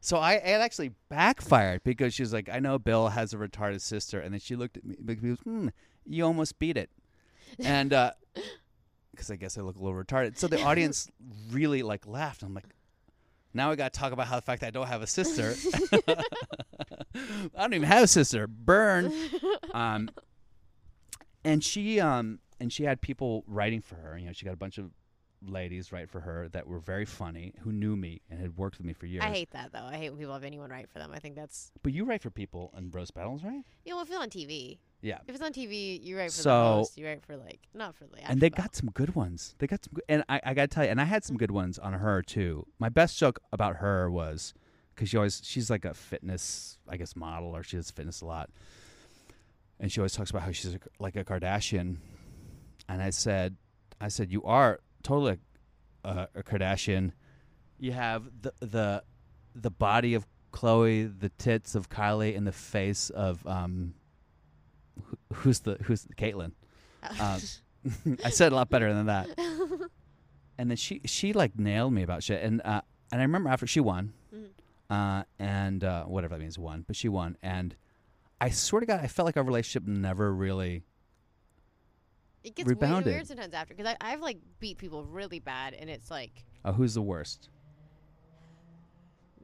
Speaker 1: so I it actually backfired because she was like, I know Bill has a retarded sister, and then she looked at me because goes, hmm, you almost beat it, and because I guess I look a little retarded. So the audience really like laughed. I'm like. Now we got to talk about how the fact that I don't have a sister. I don't even have a sister. Burn. Um, and she um and she had people writing for her. You know, she got a bunch of ladies write for her that were very funny, who knew me and had worked with me for years.
Speaker 2: I hate that though. I hate when people have anyone write for them. I think that's
Speaker 1: But you write for people in roast battles, right?
Speaker 2: you know if it's on TV.
Speaker 1: Yeah.
Speaker 2: If it's on TV, you write for the
Speaker 1: So-
Speaker 2: host. You write for like not for the. actual
Speaker 1: and they
Speaker 2: battle.
Speaker 1: got some good ones. They got some, good, and I, I got to tell you, and I had some good ones on her too. My best joke about her was because she always she's like a fitness I guess model or she does fitness a lot, and she always talks about how she's a, like a Kardashian, and I said I said you are totally a, a Kardashian, you have the the the body of Chloe, the tits of Kylie, and the face of um who, who's the who's Caitlyn. Um, I said it a lot better than that. And then she she like nailed me about shit. And uh, and I remember after she won,
Speaker 2: Mm-hmm.
Speaker 1: uh, and uh, whatever that means, won. But she won, and I swear to God, I felt like our relationship never really.
Speaker 2: it gets weird,
Speaker 1: rebounded.
Speaker 2: weird sometimes after because I've like beat people really bad, and it's like
Speaker 1: Uh, who's the worst?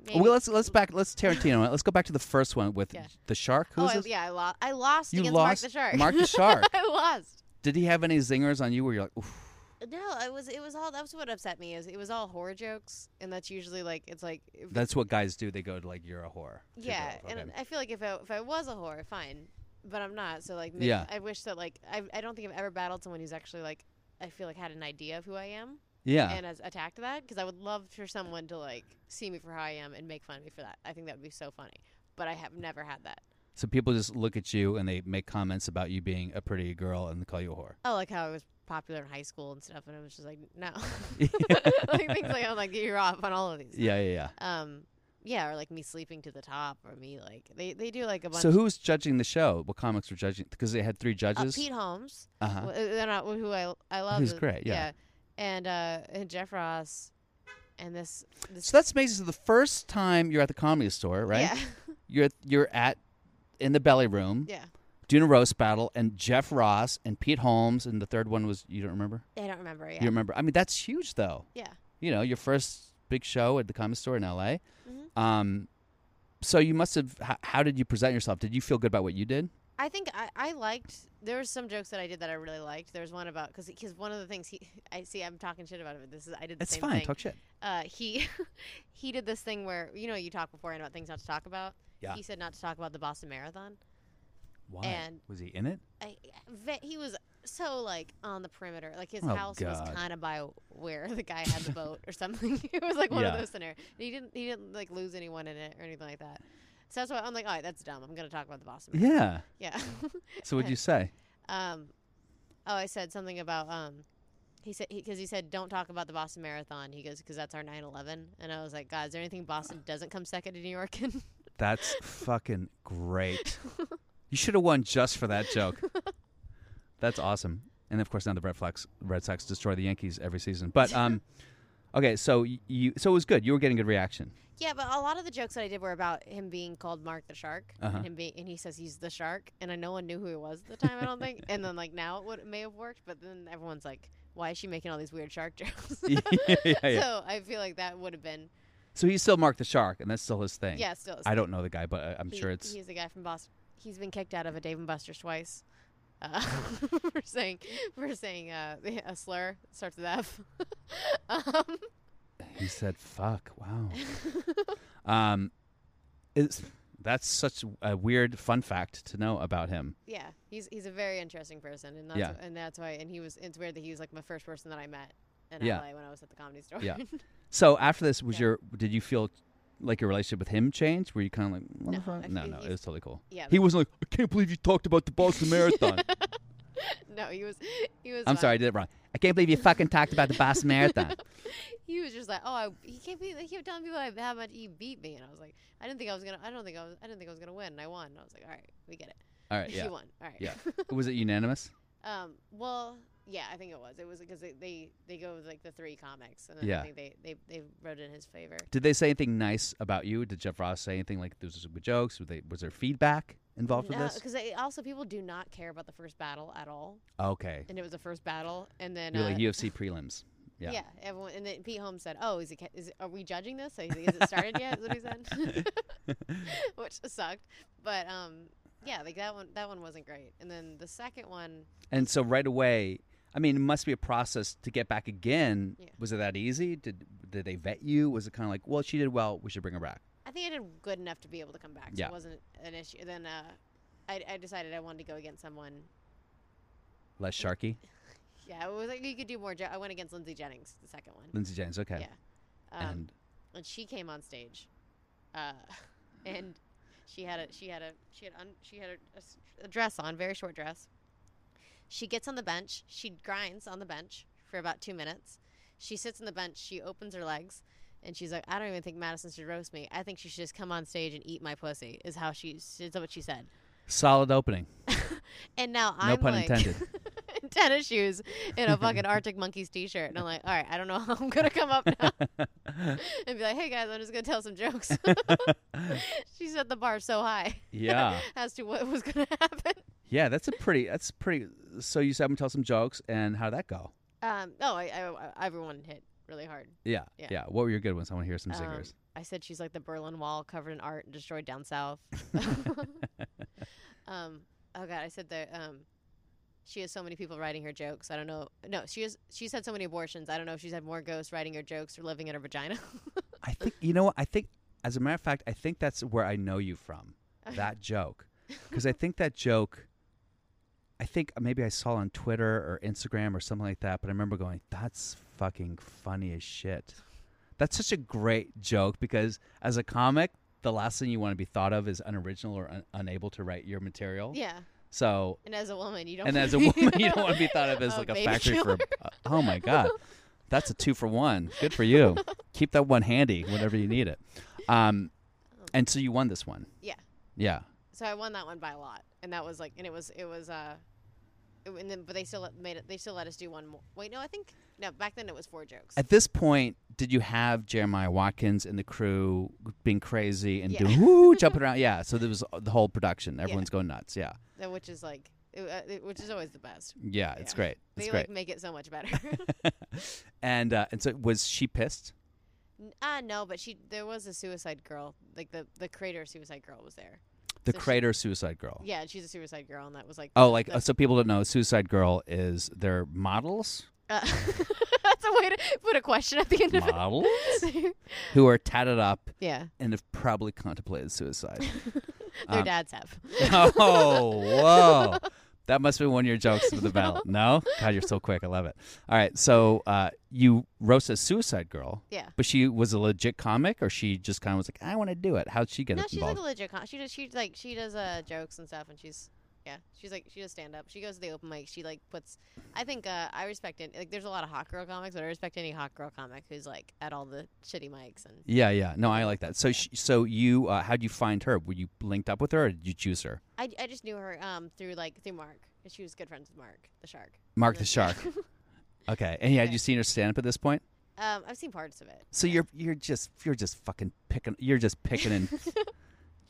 Speaker 2: maybe,
Speaker 1: Well, let's let's back let's Tarantino. it. Let's go back to the first one with
Speaker 2: Yeah.
Speaker 1: the shark. Who's
Speaker 2: oh I-
Speaker 1: this?
Speaker 2: yeah, I lost. I lost
Speaker 1: You
Speaker 2: against
Speaker 1: lost
Speaker 2: Mark the Shark.
Speaker 1: Mark the Shark.
Speaker 2: I lost.
Speaker 1: Did he have any zingers on you where you're like, Oof,
Speaker 2: No, it was it was all that's what upset me is it was all horror jokes, and that's usually like it's like if-
Speaker 1: that's what guys do? They go to like, you're a whore. to
Speaker 2: yeah,
Speaker 1: girls.
Speaker 2: and
Speaker 1: Okay.
Speaker 2: I feel like if I if I was a whore, fine, but I'm not. So like, maybe
Speaker 1: Yeah.
Speaker 2: I wish that like I I don't think I've ever battled someone who's actually like I feel like had an idea of who I am
Speaker 1: yeah.
Speaker 2: and has attacked that because I would love for someone to like see me for how I am and make fun of me for that. I think that would be so funny, but I have never had that.
Speaker 1: so people just look at you and they make comments about you being a pretty girl and they call you a whore.
Speaker 2: Oh, like how I was popular in high school and stuff, and I was just like, no, like things like I'm like you're off on all of these.
Speaker 1: Yeah, yeah, yeah.
Speaker 2: Um, yeah, or like me sleeping to the top, or me like they they do like a bunch.
Speaker 1: So who was judging the show? What comics were judging? Because they had three
Speaker 2: uh,
Speaker 1: judges.
Speaker 2: Pete Holmes.
Speaker 1: uh-huh.
Speaker 2: Well, uh, and I- who I I love.
Speaker 1: Who's
Speaker 2: is-
Speaker 1: great, yeah.
Speaker 2: And uh, and Jeff Ross, and this this
Speaker 1: So that's amazing. So the first time you're at the comedy store, right?
Speaker 2: Yeah,
Speaker 1: You're you're at in the belly room
Speaker 2: yeah.
Speaker 1: doing a roast battle, and Jeff Ross and Pete Holmes, and the third one was you don't remember?
Speaker 2: I don't remember. Yeah,
Speaker 1: You remember? I mean, that's huge though.
Speaker 2: yeah.
Speaker 1: you know, your first big show at the Comedy Store in LA.
Speaker 2: Mm-hmm.
Speaker 1: Um, so you must have. How, how did you present yourself? Did you feel good about what you did?
Speaker 2: I think I, I liked. There was some jokes that I did that I really liked. There was one about because because one of the things he I see I'm talking shit about it. This is I did the
Speaker 1: It's
Speaker 2: same
Speaker 1: fine.
Speaker 2: thing.
Speaker 1: Talk shit.
Speaker 2: uh, he he did this thing where you know you talk beforehand about things not to talk about.
Speaker 1: Yeah.
Speaker 2: He said not to talk about the Boston Marathon.
Speaker 1: Why
Speaker 2: And-
Speaker 1: was he in it?
Speaker 2: I, ve- he was so like on the perimeter. Like his
Speaker 1: Oh,
Speaker 2: house was
Speaker 1: God.
Speaker 2: kind of by where the guy had the boat or something. it was like one
Speaker 1: Yeah.
Speaker 2: of those scenarios. And He didn't he didn't like lose anyone in it or anything like that. So that's why I'm like, all right, that's dumb. I'm gonna talk about the Boston. Marathon."
Speaker 1: Yeah.
Speaker 2: Yeah.
Speaker 1: So what'd you say?
Speaker 2: um, oh, I said something about um, he said because he, said don't talk about the Boston Marathon. He goes because that's our 9/11, and I was like, God, is there anything Boston doesn't come second to New York in?
Speaker 1: That's fucking great. You should have won just for that joke. That's awesome. And of course, now the Red Sox Red Sox destroy the Yankees every season. But um, okay, so y- you so it was good. You were getting good reaction.
Speaker 2: Yeah, but a lot of the jokes that I did were about him being called Mark the Shark,
Speaker 1: Uh-huh.
Speaker 2: and him being, and he says he's the shark, and I, no one knew who he was at the time. I don't think, and then like now it would may have worked, but then everyone's like, why is she making all these weird shark jokes?
Speaker 1: yeah, yeah, yeah.
Speaker 2: So I feel like that would have been
Speaker 1: So he still marked the shark, and that's still his thing.
Speaker 2: yeah. Still,
Speaker 1: I don't know the guy, but I- I'm
Speaker 2: he-
Speaker 1: sure it's
Speaker 2: he's the guy from Boston. He's been kicked out of a Dave and Buster's twice. Uh, for saying for saying uh, a slur that starts with F. um,
Speaker 1: He said, "Fuck, wow." um, is that's such a weird fun fact to know about him.
Speaker 2: Yeah, he's he's a very interesting person, and that's
Speaker 1: Yeah.
Speaker 2: wh- and that's why. And he was. It's weird that he was like my first person that I met in
Speaker 1: Yeah.
Speaker 2: LA when I was at the comedy store.
Speaker 1: Yeah. So after this, was
Speaker 2: Yeah.
Speaker 1: your did you feel like your relationship with him changed? Were you kind of like, what
Speaker 2: No,
Speaker 1: the fuck?
Speaker 2: I
Speaker 1: no,
Speaker 2: feel
Speaker 1: no, it
Speaker 2: he's-
Speaker 1: was totally cool.
Speaker 2: yeah.
Speaker 1: he wasn't like, I can't believe you talked about the Boston Marathon.
Speaker 2: no, he was. He was. uh,
Speaker 1: I'm
Speaker 2: fine.
Speaker 1: sorry, I did it wrong. I can't believe you fucking talked about the Boston Marathon.
Speaker 2: He was just like, oh, I, he can't be. He kept telling people I, how much he beat me, and I was like, I didn't think I was gonna. I don't think I was. I didn't think I was gonna win, and I won. And I was like, all right, we get it.
Speaker 1: All right,
Speaker 2: He
Speaker 1: yeah,
Speaker 2: won. All right.
Speaker 1: yeah. was it unanimous?
Speaker 2: Um. Well, yeah, I think it was. It was because they, they they go with like the three comics, and then
Speaker 1: Yeah.
Speaker 2: I think they they they wrote in his favor.
Speaker 1: Did they say anything nice about you? Did Jeff Ross say anything like there was some good jokes? Were they, was there feedback involved with this?
Speaker 2: because uh, also people do not care about the first battle at all.
Speaker 1: Okay,
Speaker 2: and it was the first battle, and then
Speaker 1: you're
Speaker 2: uh,
Speaker 1: like UFC prelims.
Speaker 2: yeah.
Speaker 1: Yeah.
Speaker 2: everyone, and then Pete Holmes said, "Oh, is it? ca- Is it, are we judging this? So he's like, Is it started yet?" Is what he said, which sucked. But um, yeah, like that one, that one wasn't great. And then the second one,
Speaker 1: And so right away, I mean, it must be a process to get back again.
Speaker 2: Yeah.
Speaker 1: Was it that easy? Did did they vet you? Was it kind of like, well, she did well, we should bring her back?
Speaker 2: I think I did good enough to be able to come back. So
Speaker 1: Yeah.
Speaker 2: it wasn't an issue. Then uh, I, I decided I wanted to go against someone.
Speaker 1: Less Sharky,
Speaker 2: Yeah, it was like you could do more. Jo- I went against Lindsay Jennings, the second one. Um,
Speaker 1: Lindsay Jennings. Okay,
Speaker 2: Yeah, um,
Speaker 1: and
Speaker 2: and she came on stage uh, and she had a she had a she had un, she had a- a s- a dress on, very short dress. She gets on the bench. She grinds on the bench for about two minutes. She sits on the bench. She opens her legs, and she's like, "I don't even think Madison should roast me. I think she should just come on stage and eat my pussy." Is how she is what she said.
Speaker 1: Solid opening.
Speaker 2: And now
Speaker 1: No
Speaker 2: I'm
Speaker 1: pun
Speaker 2: like
Speaker 1: intended.
Speaker 2: in tennis shoes in a fucking Arctic Monkeys t-shirt, and I'm like, all right, I don't know how I'm gonna come up now and be like, hey guys, I'm just gonna tell some jokes. she set the bar so high
Speaker 1: yeah.
Speaker 2: as to what was gonna happen.
Speaker 1: Yeah, that's a pretty. That's pretty. So you said I'm tell some jokes, and how'd that go?
Speaker 2: Um, no, I, I, I- everyone hit really hard.
Speaker 1: Yeah, yeah.
Speaker 2: Yeah.
Speaker 1: What were your good ones? I want to hear some
Speaker 2: Um,
Speaker 1: zingers.
Speaker 2: I said she's like the Berlin Wall covered in art and destroyed down south. um, oh god, I said that. Um, she has so many people writing her jokes. I don't know. No, she has. She's had so many abortions. I don't know if she's had more ghosts writing her jokes or living in her vagina.
Speaker 1: I think you know. what? I think, as a matter of fact, I think that's where I know you from. That joke, because I think that joke. I think maybe I saw on Twitter or Instagram or something like that, but I remember going, "That's fucking funny as shit." That's such a great joke because as a comic, the last thing you want to be thought of is unoriginal or un- unable to write your material.
Speaker 2: yeah,
Speaker 1: So
Speaker 2: and as a woman, you don't.
Speaker 1: and
Speaker 2: wanna
Speaker 1: as a
Speaker 2: be- Oh,
Speaker 1: woman, you don't want to be thought of as like a
Speaker 2: baby
Speaker 1: factory
Speaker 2: killer.
Speaker 1: for. uh, oh my god, that's a two for one. Good for you. Keep that one handy whenever you need it. Um, and so you won this one.
Speaker 2: Yeah.
Speaker 1: Yeah.
Speaker 2: So I won that one by a lot, and that was like, and it was, it was, uh, it, and then but they still let- made it. They still let us do one more. Wait, no, I think no. Back then it was four jokes.
Speaker 1: At this point, did you have Jeremiah Watkins and the crew being crazy and
Speaker 2: Yeah.
Speaker 1: doing woo, jumping around? Yeah. So there was the whole production. Everyone's going nuts. Yeah.
Speaker 2: Uh, which is like, it, uh, it- which is always the best.
Speaker 1: Yeah. It's
Speaker 2: Yeah.
Speaker 1: great. It's
Speaker 2: They
Speaker 1: great.
Speaker 2: like make it so much better.
Speaker 1: and uh, and so was she pissed?
Speaker 2: N- uh, no, but she there was a suicide girl, like the the creator of suicide girl was there.
Speaker 1: The
Speaker 2: So she-
Speaker 1: creator, Suicide Girl.
Speaker 2: Yeah, and she's a suicide girl, and that was like
Speaker 1: Oh, like
Speaker 2: the-
Speaker 1: so people don't know. Suicide Girl is their models.
Speaker 2: uh, that's a way to put a question at the end of
Speaker 1: models
Speaker 2: it.
Speaker 1: who are tatted up
Speaker 2: yeah,
Speaker 1: and have probably contemplated suicide.
Speaker 2: their
Speaker 1: Um,
Speaker 2: dads have.
Speaker 1: oh, whoa. That must have been one of your jokes for the ballot. No? God, you're so quick. I love it. All right. So uh, you roast a suicide girl,
Speaker 2: Yeah.
Speaker 1: but she was a legit comic or she just kind of was like, I want to do it. How'd she get
Speaker 2: No,
Speaker 1: involved?
Speaker 2: she's like a legit. Con- she does. She's like she does uh jokes and stuff, and she's yeah. She's like she does stand up. She goes to the open mic. She like puts. I think uh, I respect it. Like there's a lot of hot girl comics, but I respect any hot girl comic who's like at all the shitty mics and
Speaker 1: yeah, yeah. No, I like that. So sh so you, uh, how'd you find her? Were you linked up with her or did you choose her?
Speaker 2: I, I just knew her um through like through Mark. 'cause She was good friends with Mark the Shark.
Speaker 1: Mark
Speaker 2: And
Speaker 1: the
Speaker 2: then-
Speaker 1: Shark. Okay. And had
Speaker 2: Yeah.
Speaker 1: you seen her stand up at this point?
Speaker 2: um, I've seen parts of it.
Speaker 1: So you're you're just you're just fucking picking you're just picking and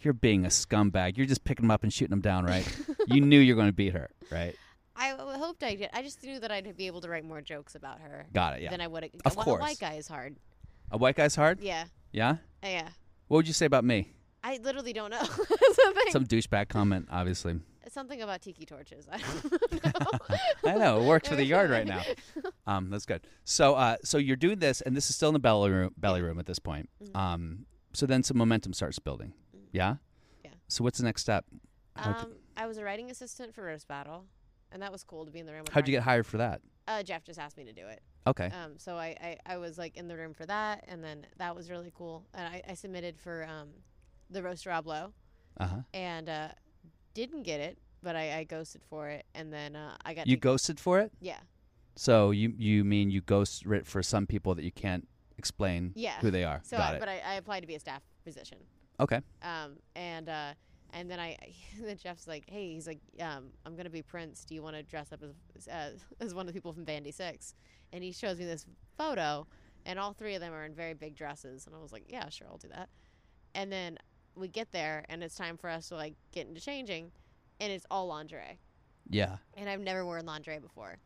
Speaker 1: you're being a scumbag. You're just picking them up and shooting them down, right? you knew you're going to beat her, right?
Speaker 2: I w- hoped I did. I just knew that I'd be able to write more jokes about her
Speaker 1: Got it. Yeah.
Speaker 2: than I would.
Speaker 1: Of
Speaker 2: a
Speaker 1: course.
Speaker 2: white guy is hard.
Speaker 1: a white guy's hard.
Speaker 2: Yeah,
Speaker 1: Yeah.
Speaker 2: Uh, yeah.
Speaker 1: What would you say about me?
Speaker 2: I literally don't know. Something-
Speaker 1: Some douchebag comment, obviously.
Speaker 2: Something about tiki torches. I don't know.
Speaker 1: I know it works for the yard right now. Um, that's good. So, uh, so you're doing this, and this is still in the belly room. Belly room at this point.
Speaker 2: Mm.
Speaker 1: Um, so then some momentum starts building. Yeah.
Speaker 2: Yeah.
Speaker 1: So what's the next step? How'd,
Speaker 2: Um, I was a writing assistant for Roast Battle, and that was cool to be in the room. With
Speaker 1: how'd you
Speaker 2: Mark.
Speaker 1: get Eh. hired for that?
Speaker 2: Uh, Jeff just asked me to do it.
Speaker 1: Okay.
Speaker 2: Um, so I, I, I was like in the room for that, and then that was really cool. And I, I submitted for um, the Roast Roblo
Speaker 1: Uh huh.
Speaker 2: and uh, didn't get it, but I, I ghosted for it, and then uh, I got
Speaker 1: You
Speaker 2: to-
Speaker 1: ghosted for it.
Speaker 2: yeah
Speaker 1: So you you mean you ghost writ for some people that you can't explain
Speaker 2: Yeah.
Speaker 1: who they are?
Speaker 2: So
Speaker 1: Got
Speaker 2: I,
Speaker 1: it.
Speaker 2: but I, I applied to be a staff position.
Speaker 1: okay.
Speaker 2: Um, and uh, and then I, then Jeff's like, hey, he's like, um, I'm gonna be Prince. Do you want to dress up as uh, as one of the people from Vandy Six? And he shows me this photo, and all three of them are in very big dresses. And I was like, yeah, sure, I'll do that. And then we get there, and it's time for us to like get into changing, and it's all lingerie.
Speaker 1: Yeah.
Speaker 2: And I've never worn lingerie before.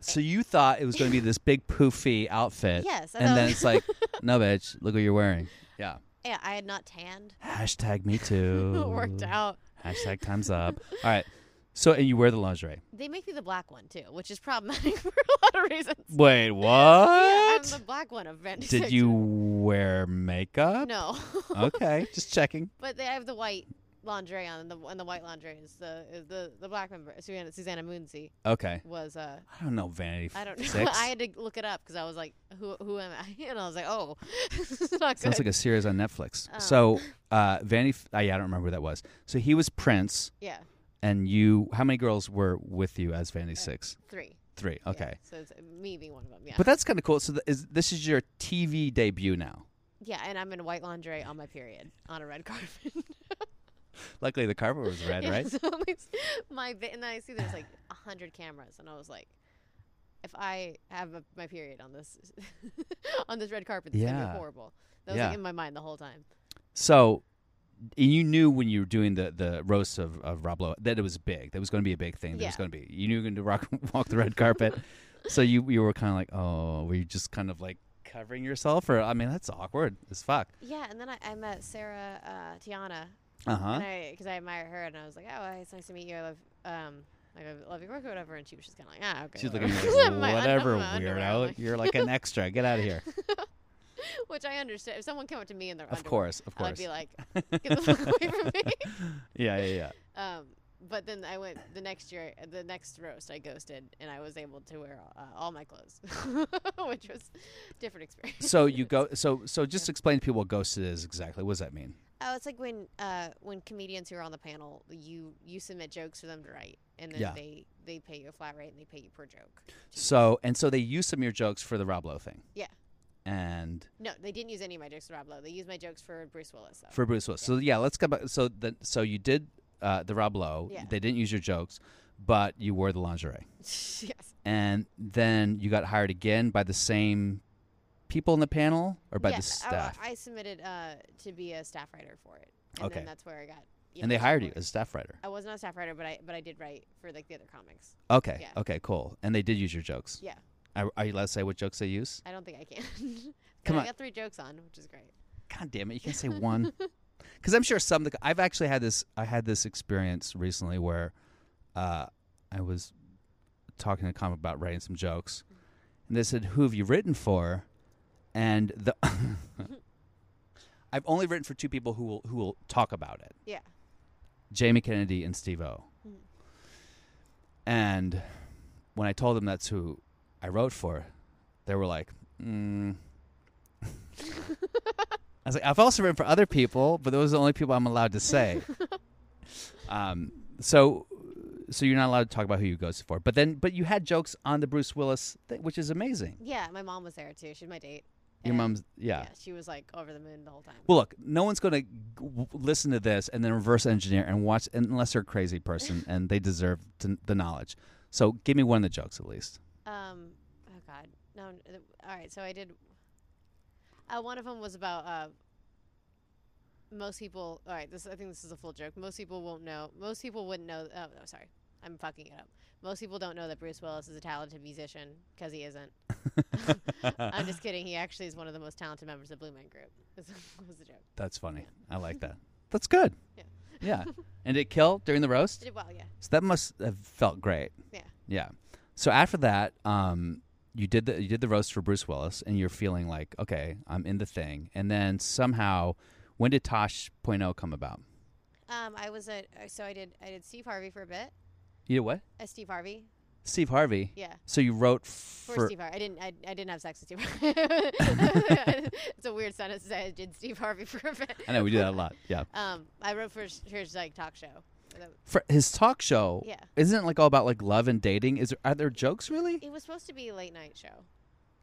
Speaker 1: So you thought it was going to be this big poofy outfit.
Speaker 2: Yes, I
Speaker 1: And then
Speaker 2: thought-
Speaker 1: it's like, no, bitch, look what you're wearing. Yeah.
Speaker 2: Yeah, I had not tanned.
Speaker 1: Hashtag me too.
Speaker 2: It worked out.
Speaker 1: Hashtag time's up. All right. So and you wear the lingerie.
Speaker 2: They make me the black one too, which is problematic for a lot of reasons.
Speaker 1: Wait, what?
Speaker 2: Yeah, I'm the black one of Vandy
Speaker 1: Did
Speaker 2: Six.
Speaker 1: you wear makeup?
Speaker 2: No.
Speaker 1: Okay, just checking.
Speaker 2: but they have the white laundry on, and the and the white laundry is the is the the black member Susanna, Susanna Moonsey
Speaker 1: Okay.
Speaker 2: was uh
Speaker 1: I don't know Vanity
Speaker 2: I don't know
Speaker 1: Six.
Speaker 2: I had to look it up because I was like who who am I and I was like oh this is not
Speaker 1: Sounds
Speaker 2: good
Speaker 1: like a series on Netflix.
Speaker 2: Um.
Speaker 1: So, uh, Vanity. F- oh, yeah, I don't remember who that was. So he was Prince,
Speaker 2: yeah
Speaker 1: and you. How many girls were with you as Vanity Six?
Speaker 2: three
Speaker 1: Three.
Speaker 2: Uh, Yeah,
Speaker 1: Okay.
Speaker 2: so it's me being one of them yeah
Speaker 1: But that's kind of cool. So th- is, this is your TV debut now.
Speaker 2: yeah and I'm in white laundry on my period on a red carpet
Speaker 1: Luckily, the carpet was red,
Speaker 2: Yeah,
Speaker 1: right?
Speaker 2: so at least my vi- and then I see there's like a hundred cameras, and I was like, if I have a, my period on this on this red carpet, it's gonna
Speaker 1: Yeah.
Speaker 2: be horrible. That was
Speaker 1: Yeah.
Speaker 2: like in my mind the whole time.
Speaker 1: So, and you knew when you were doing the the roast of of Rob Lowe that it was big. That was going to be a big thing. That it was
Speaker 2: Yeah.
Speaker 1: going to be. You knew you were going to rock walk the red carpet. so you you were kind of like, oh, were you just kind of like covering yourself, or I mean, that's awkward as fuck.
Speaker 2: Yeah, and then I, I met Sarah uh, Tiana,
Speaker 1: Uh huh.
Speaker 2: and I because I admire her, and I was like, oh, hi, it's nice to meet you. I love um. Like, I love your work or whatever. And she was just kind of like, ah, okay.
Speaker 1: She's looking
Speaker 2: whatever."
Speaker 1: at you like,
Speaker 2: My un-
Speaker 1: whatever,
Speaker 2: my underwear, I'm
Speaker 1: weirdo.
Speaker 2: like-
Speaker 1: You're like an extra. Get out of here.
Speaker 2: Which I understand. If someone came up to me in their
Speaker 1: Of
Speaker 2: underwear,
Speaker 1: course, of
Speaker 2: I'd
Speaker 1: course.
Speaker 2: be like, get the fuck away from me.
Speaker 1: yeah, yeah, yeah.
Speaker 2: Um, but then I went the next year, the next roast I ghosted, and I was able to wear uh, all my clothes, which was different experience.
Speaker 1: So you go. So so just explain to people what ghosted is exactly. What does that mean?
Speaker 2: Oh, it's like when uh, when comedians who are on the panel, you you submit jokes for them to write, and then
Speaker 1: Yeah.
Speaker 2: they they pay you a flat rate and they pay you per joke.
Speaker 1: So and so they used some of your jokes for the Rob Lowe thing.
Speaker 2: Yeah.
Speaker 1: And
Speaker 2: No, they didn't use any of my jokes for Rob Lowe. They used my jokes for Bruce Willis. Though.
Speaker 1: for Bruce Willis. So yeah, let's go back. So the so you did uh, the Rob Lowe.
Speaker 2: Yeah.
Speaker 1: They didn't use your jokes, but you wore the lingerie,
Speaker 2: yes.
Speaker 1: and then you got hired again by the same people in the panel or by the
Speaker 2: Yeah, I-
Speaker 1: staff,
Speaker 2: I, submitted uh, to be a staff writer for it, and
Speaker 1: Okay.
Speaker 2: then that's where I got.
Speaker 1: and
Speaker 2: you know,
Speaker 1: they hired you
Speaker 2: more-
Speaker 1: as a staff writer.
Speaker 2: I was not a staff writer, but I but I did write for like the other comics.
Speaker 1: Okay.
Speaker 2: Yeah.
Speaker 1: Okay. Cool. And they did use your jokes.
Speaker 2: Yeah.
Speaker 1: Are, are you allowed to say what jokes they use?
Speaker 2: I don't think I can. But
Speaker 1: Come
Speaker 2: I
Speaker 1: on.
Speaker 2: got three jokes on, which is great.
Speaker 1: God damn it! You can't say one. Because I'm sure some. Of the, I've actually had this. I had this experience recently where uh, I was talking to a comic about writing some jokes, and they said, "Who have you written for?" And the I've only written for two people who will who will talk about it.
Speaker 2: Yeah.
Speaker 1: Jamie Kennedy and Steve O.
Speaker 2: Mhm.
Speaker 1: And when I told them that's who I wrote for, they were like, mm. I was like, I've also written for other people, but those are the only people I'm allowed to say. um, so, so you're not allowed to talk about who you go for. But then, but you had jokes on the Bruce Willis, thing, which is amazing.
Speaker 2: Yeah, my mom was there too. She's my date.
Speaker 1: Your
Speaker 2: and,
Speaker 1: mom's, yeah.
Speaker 2: She was like over the moon the whole time.
Speaker 1: Well, look, no one's going to g- w- listen to this and then reverse engineer and watch unless they're a crazy person and they deserve to, the knowledge. So give me one of the jokes at least.
Speaker 2: um, oh god, no. n- th- All right, so I did. Uh, one of them was about uh. Most people, all right. This I think this is a full joke. Most people won't know. Most people wouldn't know. Oh, no, sorry, I'm fucking it up. Most people don't know that Bruce Willis is a talented musician because he isn't. I'm just kidding. He actually is one of the most talented members of Blue Man Group. This was the joke.
Speaker 1: That's funny. I like that. That's good.
Speaker 2: Yeah.
Speaker 1: Yeah. And did it kill during the roast?
Speaker 2: Did well, yeah.
Speaker 1: So that must have felt great.
Speaker 2: Yeah.
Speaker 1: Yeah. So after that, um, you did the you did the roast for Bruce Willis, and you're feeling like, okay, I'm in the thing. And then somehow, when did Tosh Point oh come about?
Speaker 2: Um, I was at uh, so I did I did Steve Harvey for a bit.
Speaker 1: You did what?
Speaker 2: Uh, Steve Harvey,
Speaker 1: Steve Harvey.
Speaker 2: yeah.
Speaker 1: So you wrote
Speaker 2: For,
Speaker 1: for,
Speaker 2: Steve Harvey, I didn't I, I didn't have sex with Steve Harvey. it's a weird sentence to say I did Steve Harvey for a bit.
Speaker 1: I know we do that a lot. Yeah.
Speaker 2: Um, I wrote for his, his like talk show. So that-
Speaker 1: For his talk show.
Speaker 2: Yeah.
Speaker 1: Isn't it like all about like love and dating? Is there, are there jokes really?
Speaker 2: It was supposed to be a late night show.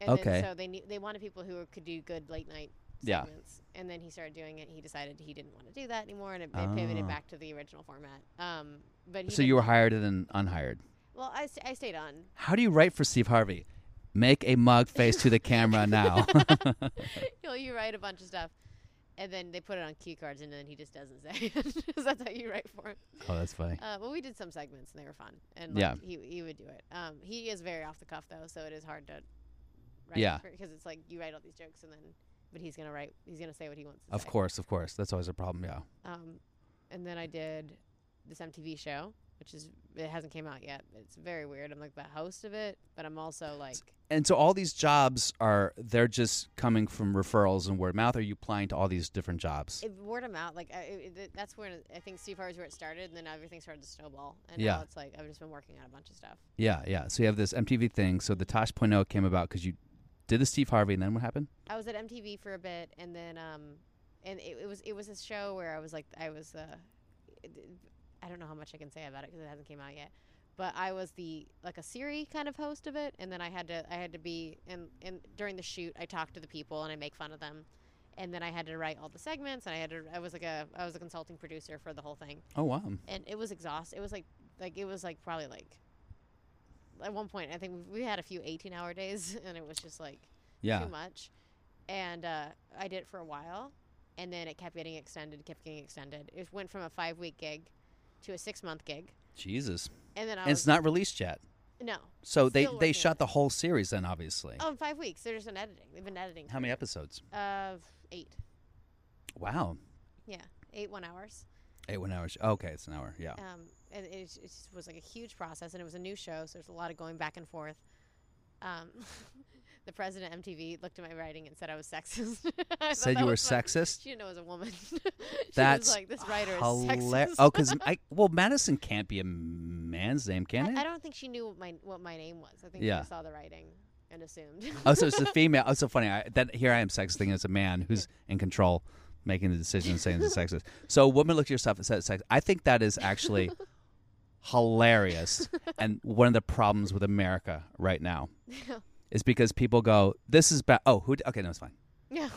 Speaker 2: And then-
Speaker 1: Okay.
Speaker 2: so they knew, they wanted people who could do good late night
Speaker 1: Yeah.
Speaker 2: segments. And then he started doing it. He decided he didn't want to do that anymore, and it, they pivoted
Speaker 1: Oh.
Speaker 2: back to the original format. Um, but he
Speaker 1: So
Speaker 2: did-
Speaker 1: you were hired and then unhired.
Speaker 2: well. I, st- I stayed on.
Speaker 1: How do you write for Steve Harvey? Make a mug face to the camera now. Oh,
Speaker 2: you know, you write a bunch of stuff, and then they put it on cue cards, and then he just doesn't say. it. 'Cause that's how you write for him.
Speaker 1: oh, that's funny.
Speaker 2: Uh, but we did some segments, and they were fun. And like,
Speaker 1: Yeah.
Speaker 2: he he would do it. Um, he is very off the cuff though, so it is hard to write.
Speaker 1: Yeah.
Speaker 2: because it's like you write all these jokes, and then but he's gonna write. He's gonna say what he wants. To
Speaker 1: Of
Speaker 2: say.
Speaker 1: course, of course. That's always a problem. Yeah.
Speaker 2: Um, and then I did this MTV show. which is it hasn't came out yet. It's very weird. I'm like the host of it, but I'm also like
Speaker 1: And so all these jobs are they're just coming from referrals and word of mouth. Are you applying to all these different jobs?
Speaker 2: it, word of mouth. Like I, it, it- that's where I think Steve Harvey's where it started, and then everything started to snowball. And
Speaker 1: Yeah.
Speaker 2: now it's like I've just been working on a bunch of stuff.
Speaker 1: yeah, yeah. So you have this MTV thing. So the Tosh.0 came about because you did the Steve Harvey, and then what happened?
Speaker 2: I was at MTV for a bit, and then um, and it, it was it was a show where I was like I was uh, it- I don't know how much I can say about it because it hasn't came out yet, but I was the like a Siri kind of host of it, and then I had to I had to be and and during the shoot I talked to the people and I make fun of them, and then I had to write all the segments and I had to I was like a I was a consulting producer for the whole thing,
Speaker 1: Oh wow.
Speaker 2: and it was exhaust. It was like like it was like probably like at one point I think we had a few eighteen hour days and it was just like
Speaker 1: Yeah.
Speaker 2: too much. And uh, I did it for a while, and then it kept getting extended, kept getting extended. It went from a five week gig to a six month gig,
Speaker 1: Jesus.
Speaker 2: and then I
Speaker 1: And it's
Speaker 2: was
Speaker 1: not released yet.
Speaker 2: no.
Speaker 1: So they
Speaker 2: Still
Speaker 1: they
Speaker 2: working
Speaker 1: shot
Speaker 2: on
Speaker 1: the whole series then, obviously.
Speaker 2: Oh, in five weeks they're just been editing. They've been editing.
Speaker 1: How many episodes?
Speaker 2: Of eight,
Speaker 1: Wow.
Speaker 2: yeah, eight one hours.
Speaker 1: Eight one hours. Oh, okay, it's an hour. Yeah.
Speaker 2: Um, and it, it just was like a huge process, and it was a new show, so there's a lot of going back and forth. Um, the president of MTV looked at my writing and said I was sexist. I thought
Speaker 1: Said
Speaker 2: that
Speaker 1: you were
Speaker 2: was funny.
Speaker 1: sexist.
Speaker 2: She didn't know I was a woman. She
Speaker 1: That's
Speaker 2: was like this writer is
Speaker 1: hilar-
Speaker 2: sexist.
Speaker 1: Oh, because I well, Madison can't be a man's name, can it?
Speaker 2: I, I don't think she knew what my what my name was. I think
Speaker 1: Yeah.
Speaker 2: she saw the writing and assumed.
Speaker 1: Oh, so it's a female. Oh, so funny. I, that here I am sexting as a man who's in control, making the decision, and saying it's sexist. So a woman looked at yourself and said sex. I think that is actually hilarious, and one of the problems with America right now is because people go, "This is bad." Oh, who? d- Okay, no, it's fine.
Speaker 2: yeah.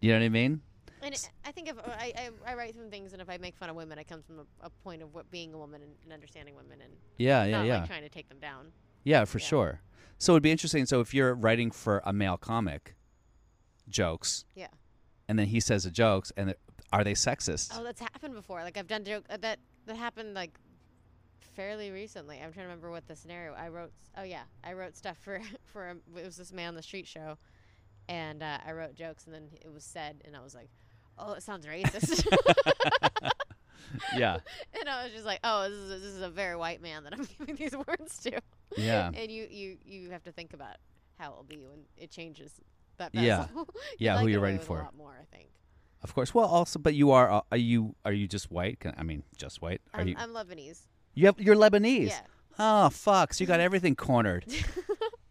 Speaker 1: You know what I mean?
Speaker 2: and it, I think if I, I I write some things, and if I make fun of women, it comes from a, a point of what being a woman and, and understanding women, and
Speaker 1: Yeah, yeah,
Speaker 2: not
Speaker 1: yeah,
Speaker 2: like trying to take them down.
Speaker 1: yeah, for
Speaker 2: yeah.
Speaker 1: sure. So it'd be interesting. So if you're writing for a male comic, jokes,
Speaker 2: Yeah.
Speaker 1: and then he says the jokes, and it- are they sexist?
Speaker 2: Oh, that's happened before. Like I've done joke uh, that that happened like fairly recently. I'm trying to remember what the scenario. I wrote. s- Oh yeah, I wrote stuff for for um, it was this man on the street show, and uh, I wrote jokes, and then it was said, and I was like, oh, it sounds racist.
Speaker 1: Yeah,
Speaker 2: and I was just like, oh, this is, a, this is a very white man that I'm giving these words to.
Speaker 1: yeah.
Speaker 2: And you, you, you have to think about how it'll be when it changes that
Speaker 1: Yeah.
Speaker 2: vessel. You
Speaker 1: Yeah, who you're
Speaker 2: like get away
Speaker 1: writing
Speaker 2: with
Speaker 1: for.
Speaker 2: A lot more, I think.
Speaker 1: Of course. Well, also, but you are. Uh, are you? Are you just white? Can, I mean, just white? Are
Speaker 2: I'm,
Speaker 1: you?
Speaker 2: Um, I'm Lebanese.
Speaker 1: you have. You're Lebanese.
Speaker 2: Yeah.
Speaker 1: Oh fuck! So you got everything cornered.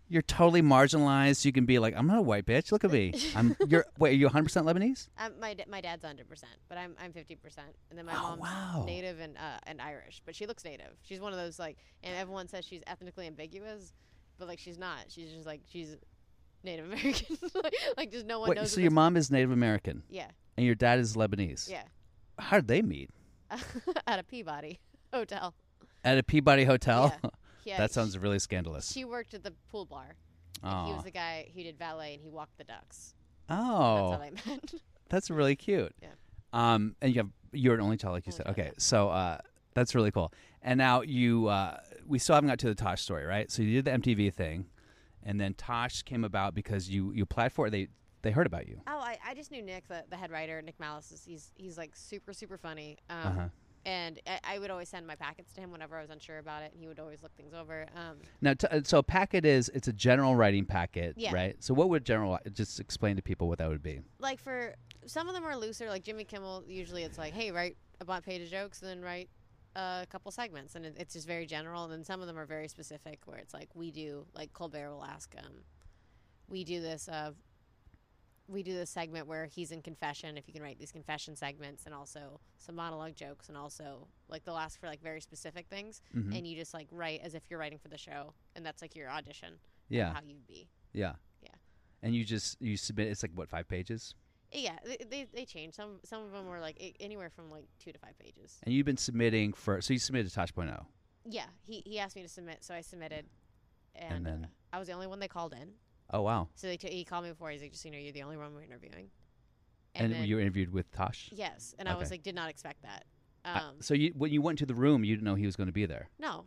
Speaker 1: you're totally marginalized. You can be like, I'm not a white bitch. Look at me. I'm. You're. Wait, are you 100 percent Lebanese?
Speaker 2: I'm, my da- my dad's 100, percent but I'm I'm 50, percent and then my
Speaker 1: Oh,
Speaker 2: mom's
Speaker 1: wow.
Speaker 2: native and uh, and Irish, but she looks native. She's one of those like, and everyone says she's ethnically ambiguous, but like she's not. She's just like she's Native American. like, like just no one
Speaker 1: Wait.
Speaker 2: knows.
Speaker 1: So
Speaker 2: what
Speaker 1: your
Speaker 2: the-
Speaker 1: mom is Native American
Speaker 2: Yeah,
Speaker 1: and your dad is Lebanese.
Speaker 2: yeah.
Speaker 1: How did they meet?
Speaker 2: At a Peabody hotel.
Speaker 1: At a Peabody hotel.
Speaker 2: Yeah. Yeah,
Speaker 1: that
Speaker 2: sh-
Speaker 1: sounds really scandalous.
Speaker 2: She worked at the pool bar. And he
Speaker 1: Aw.
Speaker 2: was the guy who did valet and he walked the ducks.
Speaker 1: oh,
Speaker 2: That's how they met.
Speaker 1: That's really cute.
Speaker 2: Yeah.
Speaker 1: Um, and you have you're an only child, like you said.
Speaker 2: child,
Speaker 1: Okay, so uh, that's really cool. And now you, uh, we still haven't got to the Tosh story, right? So you did the MTV thing, and then Tosh came about because you you applied for it. They they heard about you.
Speaker 2: oh, I, I just knew Nick, the, the head writer, Nick Malice. Is, he's he's like super super funny. Um,
Speaker 1: Uh-huh.
Speaker 2: And I, I would always send my packets to him whenever I was unsure about it, and he would always look things over. Um,
Speaker 1: Now, t- uh, so a packet is it's a general writing packet,
Speaker 2: Yeah.
Speaker 1: right? So what would general just explain to people what that would be?
Speaker 2: like for some of them are looser, like Jimmy Kimmel. Usually, it's like, hey, write a bu- page of jokes, and then write a couple segments, and it, it's just very general. And then some of them are very specific, where it's like we do, like Colbert will ask, um, we do this uh, we do this segment where he's in confession. If you can write these confession segments, and also some monologue jokes, and also like they'll ask for like very specific things,
Speaker 1: Mhm.
Speaker 2: and you just like write as if you're writing for the show, and that's like your audition. of
Speaker 1: Yeah,
Speaker 2: how you'd be.
Speaker 1: yeah,
Speaker 2: Yeah.
Speaker 1: And you just you submit. It's like what five pages,
Speaker 2: Yeah, they, they, they change. Some some of them were like a- anywhere from like two to five pages.
Speaker 1: and you've been submitting for. So you submitted to oh, Tosh.0.
Speaker 2: Yeah, he, he asked me to submit, so I submitted, and,
Speaker 1: And
Speaker 2: uh,
Speaker 1: then-
Speaker 2: I was the only one they called in.
Speaker 1: Oh wow!
Speaker 2: So they t- he called me before. He's like, just so you know, you're the only one we're interviewing.
Speaker 1: And,
Speaker 2: then-
Speaker 1: you were interviewed with Tosh.
Speaker 2: yes, and I was
Speaker 1: Okay.
Speaker 2: like, did not expect that.
Speaker 1: I-
Speaker 2: Um,
Speaker 1: so you when you went to the room, you didn't know he was going to be there.
Speaker 2: no,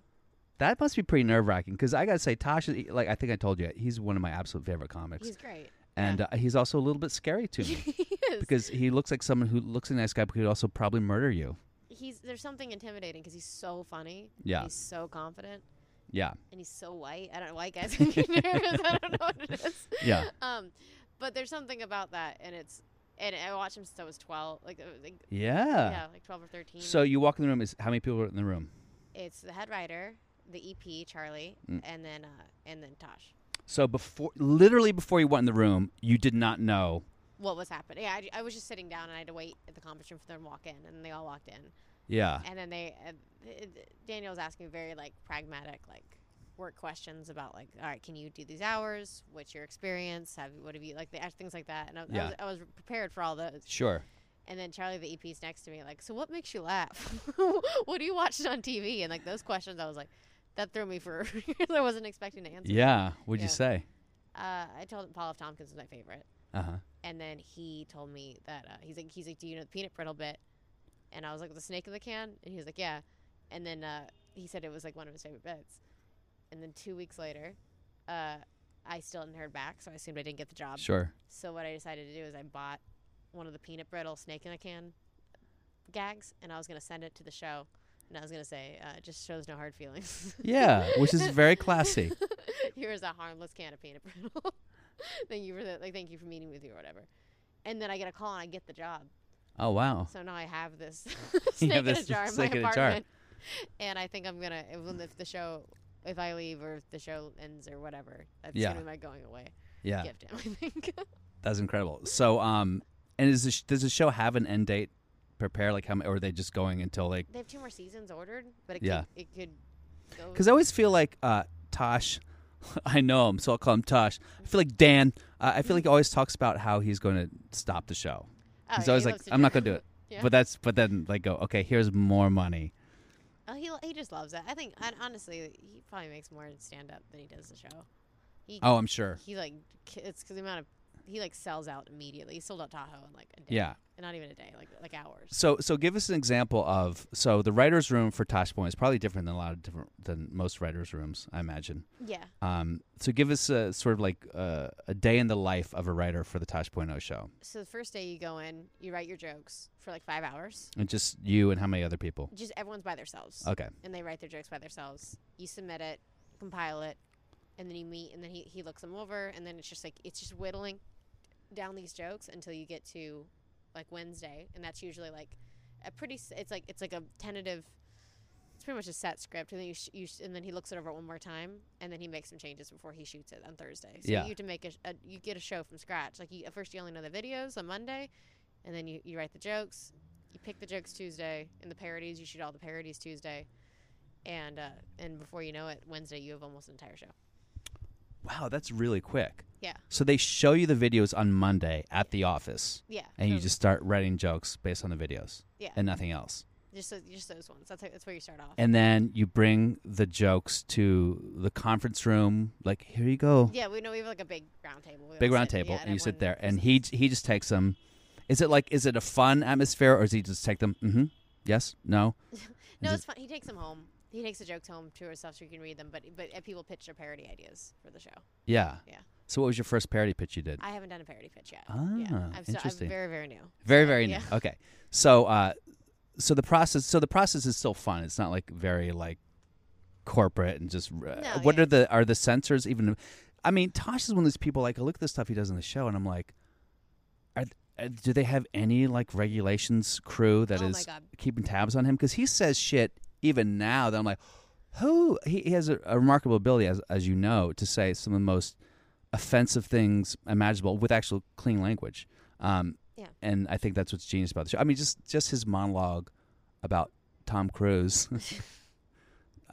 Speaker 1: That must be pretty nerve wracking because I gotta say, Tosh, is- like I think I told you, he's one of my absolute favorite comics,
Speaker 2: he's great.
Speaker 1: and uh, he's also a little bit scary to me
Speaker 2: He is.
Speaker 1: because he looks like someone who looks like a nice guy, but could also probably murder you.
Speaker 2: he's there's something intimidating because he's so funny. and
Speaker 1: Yeah.
Speaker 2: He's so confident
Speaker 1: Yeah.
Speaker 2: and he's so white. I don't know. White guys make me nervous. I don't know what it is.
Speaker 1: Yeah.
Speaker 2: Um, but there's something about that, and it's and I watched him since I was 12, like, uh, like
Speaker 1: Yeah.
Speaker 2: yeah, like 12 or 13.
Speaker 1: So you walk in the room. Is how many people are in the room?
Speaker 2: it's the head writer, the EP Charlie,
Speaker 1: Mm.
Speaker 2: and then uh, and then Tosh.
Speaker 1: So before, literally before you went in the room, you did not know.
Speaker 2: What was happening? Yeah, I, I was just sitting down and I had to wait at the conference room for them to walk in, and they all walked in.
Speaker 1: Yeah.
Speaker 2: and then they uh, th- th- Daniel was asking very like pragmatic like work questions about like all right can you do these hours what's your experience have what have you like they asked things like that and I,
Speaker 1: Yeah.
Speaker 2: I, was, I was prepared for all those
Speaker 1: Sure.
Speaker 2: and then Charlie the EP's next to me like so what makes you laugh what do you watch on TV and like those questions I was like that threw me for I wasn't expecting to answer
Speaker 1: Yeah. What'd you
Speaker 2: Yeah.
Speaker 1: say?
Speaker 2: uh, I told him Paul F Tompkins was my favorite
Speaker 1: Uh huh.
Speaker 2: and then he told me that uh, he's like he's like do you know the peanut brittle bit and i was like the snake in the can and he was like yeah and then uh, he said it was like one of his favorite bits and then two weeks later uh, i still hadn't heard back so i assumed i didn't get the job
Speaker 1: Sure.
Speaker 2: so what i decided to do is i bought one of the peanut brittle snake in the can gags and i was going to send it to the show and i was going to say uh, just shows no hard feelings
Speaker 1: Yeah, which is very classy.
Speaker 2: Here's a harmless can of peanut brittle. thank you for the, like thank you for meeting with you or whatever. And then I get a call and I get the job.
Speaker 1: Oh wow.
Speaker 2: So now I have this
Speaker 1: You
Speaker 2: snake
Speaker 1: have
Speaker 2: in a
Speaker 1: this
Speaker 2: jar in my
Speaker 1: snake in a jar.
Speaker 2: apartment. And I think I'm gonna if, when- if the show if I leave or if the show ends or whatever, that's
Speaker 1: Yeah.
Speaker 2: gonna be my going away
Speaker 1: Yeah,
Speaker 2: gift to him, I think.
Speaker 1: that's incredible. So um, and is the sh- does the show have an end date? Prepare like how m- or are they just going until like?
Speaker 2: they have two more seasons ordered, but it
Speaker 1: Yeah.
Speaker 2: could it could go
Speaker 1: Because I always feel like uh, Tosh. I know him, so I'll call him Tosh. I feel like Dan. Uh, I feel like he always talks about how he's going to stop the show.
Speaker 2: Oh,
Speaker 1: he's
Speaker 2: yeah,
Speaker 1: always
Speaker 2: he
Speaker 1: like,
Speaker 2: loves
Speaker 1: "I'm not gonna
Speaker 2: that.
Speaker 1: do it."
Speaker 2: Yeah.
Speaker 1: But that's but then like go okay. Here's more money.
Speaker 2: Oh, he lo- he just loves it. I think and honestly, he probably makes more in stand up than he does the show. He
Speaker 1: Oh, I'm sure.
Speaker 2: he like k- it's 'cause the amount of he like sells out immediately. He sold out Tahoe in like a day.
Speaker 1: Yeah.
Speaker 2: not even a day, like like hours.
Speaker 1: So so give us an example of so the writers' room for Tosh Point is probably different than a lot of different than most writers' rooms, I imagine.
Speaker 2: Yeah.
Speaker 1: Um, so give us a sort of like uh, a day in the life of a writer for the Tosh.0 show,
Speaker 2: So the first day you go in, you write your jokes for like five hours.
Speaker 1: and just you and how many other people?
Speaker 2: Just everyone's by themselves,
Speaker 1: Okay,
Speaker 2: and they write their jokes by themselves. You submit it, compile it, and then you meet, and then he he looks them over, and then it's just like it's just whittling down these jokes until you get to like Wednesday, and that's usually like a pretty. s- It's like it's like a tentative. It's pretty much a set script, and then you, sh- you sh- and then he looks it over one more time, and then he makes some changes before he shoots it on Thursday. So
Speaker 1: Yeah.
Speaker 2: you have to make a, sh- a you get a show from scratch. Like you, at first you only know the videos on Monday, and then you, you write the jokes. You pick the jokes Tuesday, and the parodies. You shoot all the parodies Tuesday, and uh, and before you know it, Wednesday you have almost an entire show.
Speaker 1: wow, that's really quick.
Speaker 2: Yeah.
Speaker 1: So they show you the videos on Monday at the office,
Speaker 2: Yeah,
Speaker 1: and you
Speaker 2: so-
Speaker 1: just start writing jokes based on the videos,
Speaker 2: Oh. Yeah.
Speaker 1: and nothing else.
Speaker 2: just those- just those ones. That's how, that's where you start off.
Speaker 1: And then you bring the jokes to the conference room, like here you go.
Speaker 2: Yeah, we know we have like a big round table. We
Speaker 1: big
Speaker 2: all
Speaker 1: round
Speaker 2: sit- yeah,
Speaker 1: table, and you sit
Speaker 2: everyone
Speaker 1: there, and
Speaker 2: is-
Speaker 1: he he just takes them. Is it like is it a fun atmosphere, or does he just take them? Mm-hmm. Yes. No.
Speaker 2: No,
Speaker 1: is
Speaker 2: it's fun. He takes them home. He takes the jokes home to herself so you can read them. But but uh, people pitch their parody ideas for the show.
Speaker 1: Yeah.
Speaker 2: Yeah.
Speaker 1: So what was your first parody pitch you did?
Speaker 2: I haven't done a parody pitch yet.
Speaker 1: Ah,
Speaker 2: yeah, I'm still,
Speaker 1: interesting.
Speaker 2: I'm very very new.
Speaker 1: very very
Speaker 2: yeah.
Speaker 1: new. Okay. So uh, so the process so the process is still fun. It's not like very like corporate and just. Uh,
Speaker 2: No,
Speaker 1: what
Speaker 2: yeah.
Speaker 1: are the are the censors even? I mean, Tosh is one of these people. Like I look at the stuff he does on the show, and I'm like. Are, uh, do they have any like regulations crew that is
Speaker 2: Oh my God.
Speaker 1: keeping tabs on him? Because he says shit even now that I'm like, who? He, he has a, a remarkable ability, as as you know, to say some of the most offensive things imaginable with actual clean language. Um,
Speaker 2: Yeah.
Speaker 1: And I think that's what's genius about the show. I mean, just just his monologue about Tom Cruise.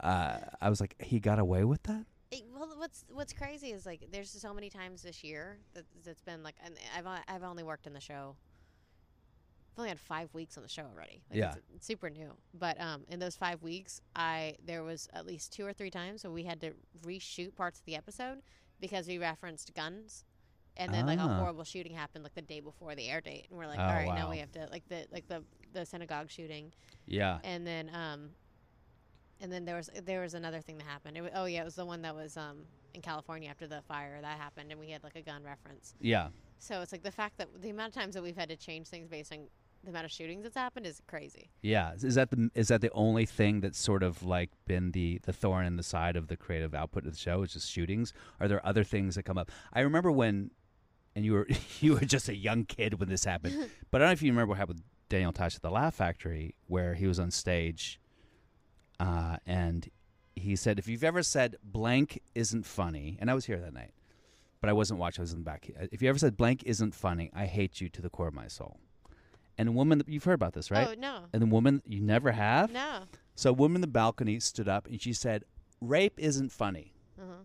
Speaker 1: uh, I was like, he got away with that.
Speaker 2: It- Eh, well, what's what's crazy is like there's so many times this year that that's been like and I've o- I've only worked in the show. I've only had five weeks on the show already. Like,
Speaker 1: Yeah.
Speaker 2: it's, it's super new. But um, in those five weeks, I there was at least two or three times where we had to reshoot parts of the episode because we referenced guns, and then like a
Speaker 1: Ah.
Speaker 2: horrible shooting happened like the day before the air date, and we're like,
Speaker 1: Oh,
Speaker 2: all right,
Speaker 1: wow.
Speaker 2: now we have to like the like the the synagogue shooting
Speaker 1: Yeah.
Speaker 2: and then um and then there was there was another thing that happened it wa oh yeah it was the one that was um in california after the fire that happened and we had like a gun reference
Speaker 1: Yeah.
Speaker 2: so it's like the fact that the amount of times that we've had to change things based on the amount of shootings that's happened is crazy.
Speaker 1: Yeah, is that the is that the only thing that's sort of like been the the thorn in the side of the creative output of the show? Is just shootings. Are there other things that come up? I remember when, and you were you were just a young kid when this happened, but I don't know if you remember what happened with Daniel Tosh at the Laugh Factory, where he was on stage, uh, and he said, "If you've ever said blank isn't funny," and I was here that night, but I wasn't watching. I was in the back. Uh, If you ever said blank isn't funny, I hate you to the core of my soul. And a woman, you've heard about this, right?
Speaker 2: Oh no,
Speaker 1: and the woman you never have.
Speaker 2: no.
Speaker 1: So a woman in the balcony stood up and she said, "Rape isn't funny."
Speaker 2: Uh-huh.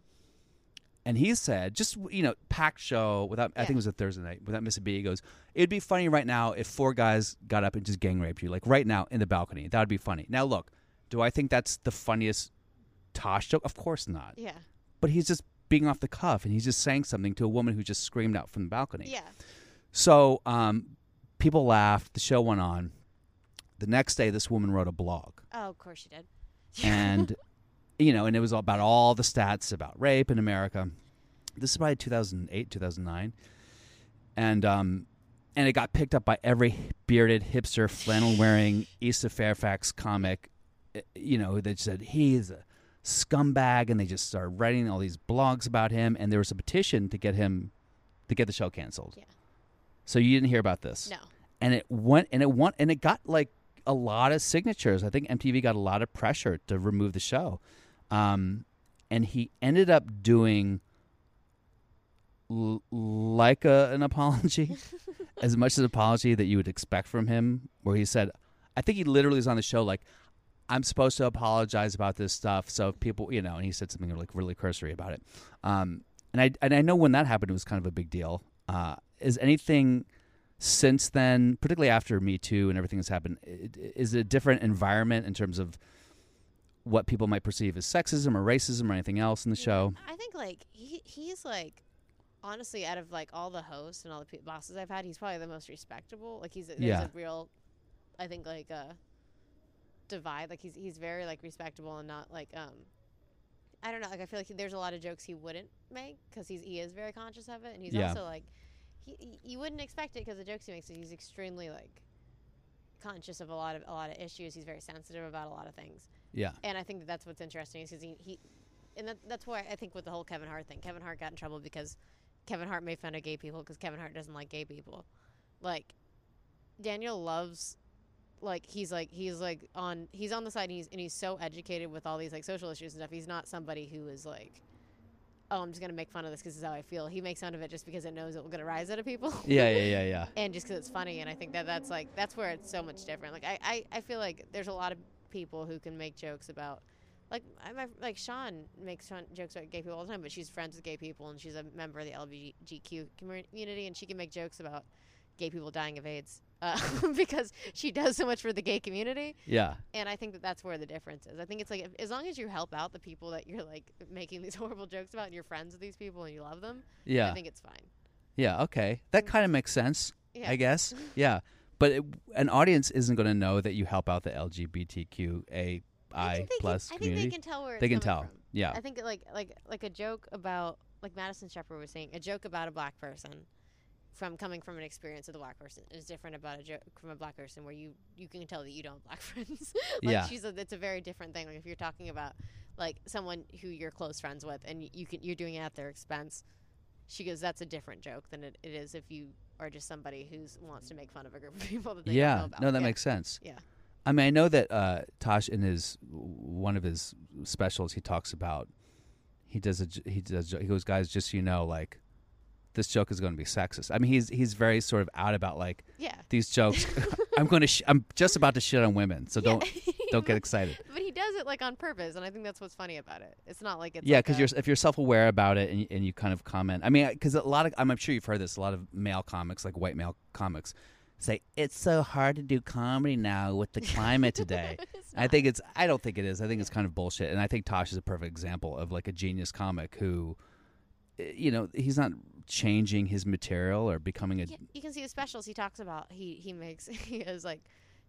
Speaker 1: And he said, "Just you know, packed show without. I
Speaker 2: Yeah.
Speaker 1: think it was a Thursday night without Missy B. He goes, it'd be funny right now if four guys got up and just gang raped you, like right now in the balcony. That would be funny. Now look, do I think that's the funniest Tosh joke? Of course not.
Speaker 2: Yeah,
Speaker 1: But he's just being off the cuff and he's just saying something to a woman who just screamed out from the balcony.
Speaker 2: yeah.
Speaker 1: So um, people laughed. The show went on. The next day, this woman wrote a blog
Speaker 2: Oh, of course you did.
Speaker 1: and you know, and it was all about all the stats about rape in America. This is probably 2008, 2009, and um, and it got picked up by every bearded hipster, flannel-wearing East of Fairfax comic. eh, You know, that said he's a scumbag, and they just started writing all these blogs about him. And there was a petition to get him to get the show canceled.
Speaker 2: Yeah.
Speaker 1: So you didn't hear about this?
Speaker 2: no,
Speaker 1: and it went and it won and it got like a lot of signatures. I think MTV got a lot of pressure to remove the show, um, and he ended up doing l- like a, an apology, as much as apology that you would expect from him, where he said, "I think he literally was on the show like." I'm supposed to apologize about this stuff, so if people, you know, and he said something like really cursory about it. Um, and I and I know when that happened, it was kind of a big deal. Uh, is anything since then, particularly after Me Too and everything that's happened, i- i- is it a different environment in terms of what people might perceive as sexism or racism or anything else in the show?
Speaker 2: I think like he he's like honestly out of like all the hosts and all the pe- bosses I've had, he's probably the most respectable. Like he's a- there's
Speaker 1: Yeah.
Speaker 2: a real, I think like uh divide. Like he's he's very like respectable and not like um. I don't know. Like I feel like there's a lot of jokes he wouldn't make because he's he is very conscious of it, and he's
Speaker 1: Yeah.
Speaker 2: also like, he, he you wouldn't expect it because the jokes he makes. He's extremely like conscious of a lot of a lot of issues. He's very sensitive about a lot of things
Speaker 1: Yeah,
Speaker 2: and I think that that's what's interesting is because he, he and that, that's why I think with the whole Kevin Hart thing, Kevin Hart got in trouble because Kevin Hart made fun of gay people because Kevin Hart doesn't like gay people. Like Daniel loves, like he's like he's like on he's on the side and he's and he's so educated with all these like social issues and stuff. He's not somebody who is like. Oh, I'm just gonna make fun of this because this is how I feel. He makes fun of it just because it knows it will get a rise out of people
Speaker 1: yeah, yeah, yeah, yeah.
Speaker 2: and just 'cause it's funny and i think that that's like that's where it's so much different like I, I i feel like there's a lot of people who can make jokes about like I, my, like sean makes Sean jokes about gay people all the time but she's friends with gay people and she's a member of the lgbtq community and she can make jokes about gay people dying of aids uh, because she does so much for the gay community
Speaker 1: Yeah,
Speaker 2: and i think that that's where the difference is i think it's like if, as long as you help out the people that you're like making these horrible jokes about and you're friends with these people and you love them
Speaker 1: yeah,
Speaker 2: i think it's fine
Speaker 1: yeah. Okay, that kind of makes sense,
Speaker 2: yeah Mm-hmm.
Speaker 1: I guess. Yeah, but it, an audience isn't going to know that you help out the LGBTQAI
Speaker 2: I think they
Speaker 1: plus
Speaker 2: can, I
Speaker 1: community.
Speaker 2: think they can tell where it's
Speaker 1: They can
Speaker 2: coming
Speaker 1: tell.
Speaker 2: from.
Speaker 1: Yeah,
Speaker 2: I think like like like a joke about like Madison Shepard was saying a joke about a black person from coming from an experience of the black person is different about a joke from a black person where you you can tell that you don't have black friends. like
Speaker 1: Yeah.
Speaker 2: she's a, it's a very different thing. Like if you're talking about like someone who you're close friends with and y- you can you're doing it at their expense, she goes that's a different joke than it, it is if you are just somebody who wants to make fun of a group of people that they
Speaker 1: yeah.
Speaker 2: don't know about.
Speaker 1: No, that
Speaker 2: Yeah.
Speaker 1: makes sense.
Speaker 2: Yeah.
Speaker 1: I mean, I know that uh, Tosh in his one of his specials, he talks about he does a j- he does he goes, guys, just so you know, like this joke is going to be sexist. I mean, he's he's very sort of out about like
Speaker 2: yeah.
Speaker 1: these jokes. I'm going to sh- I'm just about to shit on women, so don't don't get excited.
Speaker 2: But he does it like on purpose, and I think that's what's funny about it. It's not like it's
Speaker 1: Yeah,
Speaker 2: like
Speaker 1: because
Speaker 2: a-
Speaker 1: you're if you're self aware about it and, you- and you kind of comment. I mean, because a lot of I'm, I'm sure you've heard this. A lot of male comics, like white male comics, say it's so hard to do comedy now with the climate today.
Speaker 2: It's
Speaker 1: I think it's I don't think it is. I think it's kind of bullshit. And I think Tosh is a perfect example of like a genius comic who eh, you know, he's not changing his material or becoming a
Speaker 2: Yeah, you can see his specials. He talks about he he makes he has like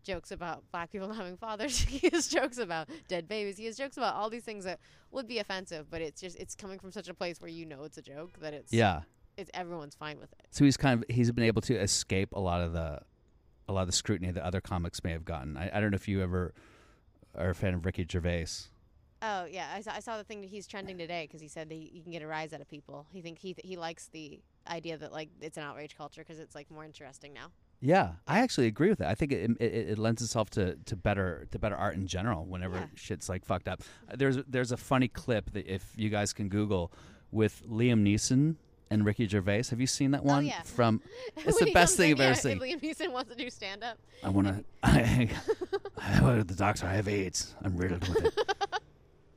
Speaker 2: jokes about black people not having fathers. he has jokes about dead babies. He has jokes about all these things that would be offensive, but it's just it's coming from such a place where you know it's a joke that it's
Speaker 1: Yeah.
Speaker 2: it's everyone's fine with it.
Speaker 1: So he's kind of he's been able to escape a lot of the a lot of the scrutiny that other comics may have gotten. I, I don't know if you ever are a fan of Ricky Gervais.
Speaker 2: Oh yeah, I saw, I saw the thing that he's trending today because he said that he, he can get a rise out of people. He think he th- he likes the idea that like it's an outrage culture because it's like more interesting now.
Speaker 1: Yeah, I actually agree with that. I think it it, it it lends itself to, to better to better art in general. Whenever
Speaker 2: Yeah.
Speaker 1: shit's like fucked up, Uh, there's there's a funny clip that if you guys can Google with Liam Neeson and Ricky Gervais. Have you seen that one?
Speaker 2: Oh, yeah.
Speaker 1: From it's
Speaker 2: When
Speaker 1: the
Speaker 2: he
Speaker 1: best
Speaker 2: comes
Speaker 1: thing
Speaker 2: in,
Speaker 1: I've
Speaker 2: yeah,
Speaker 1: ever
Speaker 2: if
Speaker 1: seen.
Speaker 2: Liam Neeson wants to do stand up.
Speaker 1: I want to. I, I went to the doctor. I have AIDS. I'm riddled with it.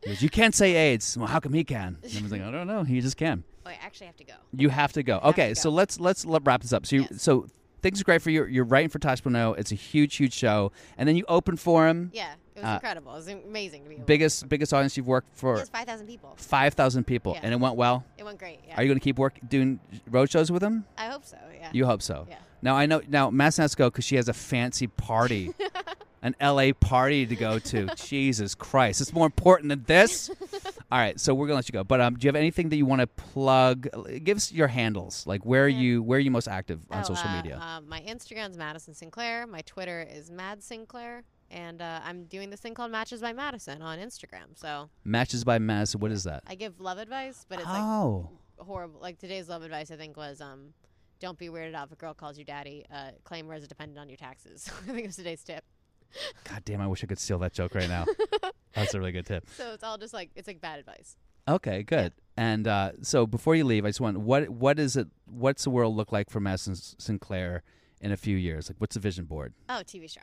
Speaker 1: He goes, you can't say AIDS. Well, how come he can? And I was like, I don't know. He just can.
Speaker 2: Oh, I actually have to go.
Speaker 1: You have to go. Okay,
Speaker 2: to
Speaker 1: so
Speaker 2: go.
Speaker 1: let's let's let- wrap this up. So you,
Speaker 2: Yes.
Speaker 1: so things are great for you. You're writing for Tosh Bono. It's a huge, huge show, and then you open for him.
Speaker 2: Yeah, it was
Speaker 1: Uh,
Speaker 2: incredible. It was amazing to be able.
Speaker 1: Biggest biggest audience you've worked
Speaker 2: It
Speaker 1: for
Speaker 2: was five thousand people.
Speaker 1: five thousand people,
Speaker 2: Yeah.
Speaker 1: and it went well.
Speaker 2: It went great. Yeah,
Speaker 1: Are you going to keep work doing road shows with him?
Speaker 2: I hope so. Yeah.
Speaker 1: You hope so.
Speaker 2: Yeah.
Speaker 1: Now I know. Now Mass has to go because she has a fancy party, an LA party to go to. Jesus Christ, it's more important than this. All right, so we're gonna let you go. But um, do you have anything that you want to plug? Give us your handles. Like where are you where are you most active on
Speaker 2: Oh,
Speaker 1: social
Speaker 2: uh,
Speaker 1: media?
Speaker 2: uh, my Instagram's Madison Sinclair. My Twitter is Mad Sinclair, and uh, I'm doing this thing called Matches by Madison on Instagram. So
Speaker 1: Matches by Madison. What is that?
Speaker 2: I give love advice, but it's like
Speaker 1: oh,
Speaker 2: horrible. Like today's love advice, I think was um, don't be weirded out if a girl calls you daddy. Uh, claim her as a dependent on your taxes. I think it was today's tip.
Speaker 1: god damn! I wish I could steal that joke right now. That's a really good tip.
Speaker 2: So it's all just like it's like bad advice.
Speaker 1: Okay, good. And uh, so before you leave, I just want what what is it? What's the world look like for Madison S- Sinclair in a few years? Like what's the vision board?
Speaker 2: Oh, TV show.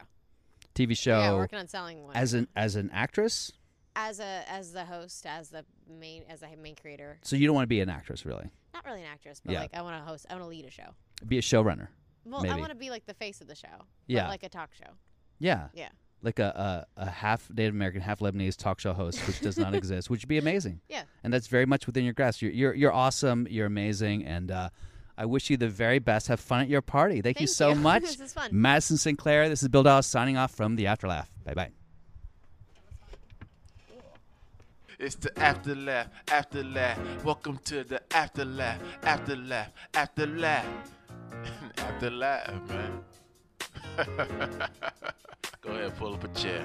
Speaker 1: TV show.
Speaker 2: yeah, working on selling one
Speaker 1: as an as an actress.
Speaker 2: as a as the host, as the main as the main creator.
Speaker 1: So you don't want to be an actress, really.
Speaker 2: Not really an actress, but
Speaker 1: Yeah.
Speaker 2: like I want to host. I want to lead a show.
Speaker 1: Be a showrunner.
Speaker 2: Well, I
Speaker 1: Maybe.
Speaker 2: want to be like the face of the show. but
Speaker 1: Yeah.
Speaker 2: like a talk show.
Speaker 1: Yeah,
Speaker 2: Yeah,
Speaker 1: like a, a a half Native American, half Lebanese talk show host, which does not exist, which would be amazing.
Speaker 2: yeah.
Speaker 1: And that's very much within your grasp. You're you're, you're awesome. You're amazing, and uh, I wish you the very best. Have fun at your party. Thank, you
Speaker 2: Thank
Speaker 1: so
Speaker 2: you.
Speaker 1: much,
Speaker 2: This is fun.
Speaker 1: Madison Sinclair. This is Bill Dawes signing off from the Afterlaugh. Bye bye.
Speaker 4: It's the afterlife, afterlife. Welcome to the afterlife, afterlife, afterlife. afterlife, man. Go ahead, pull up a chair.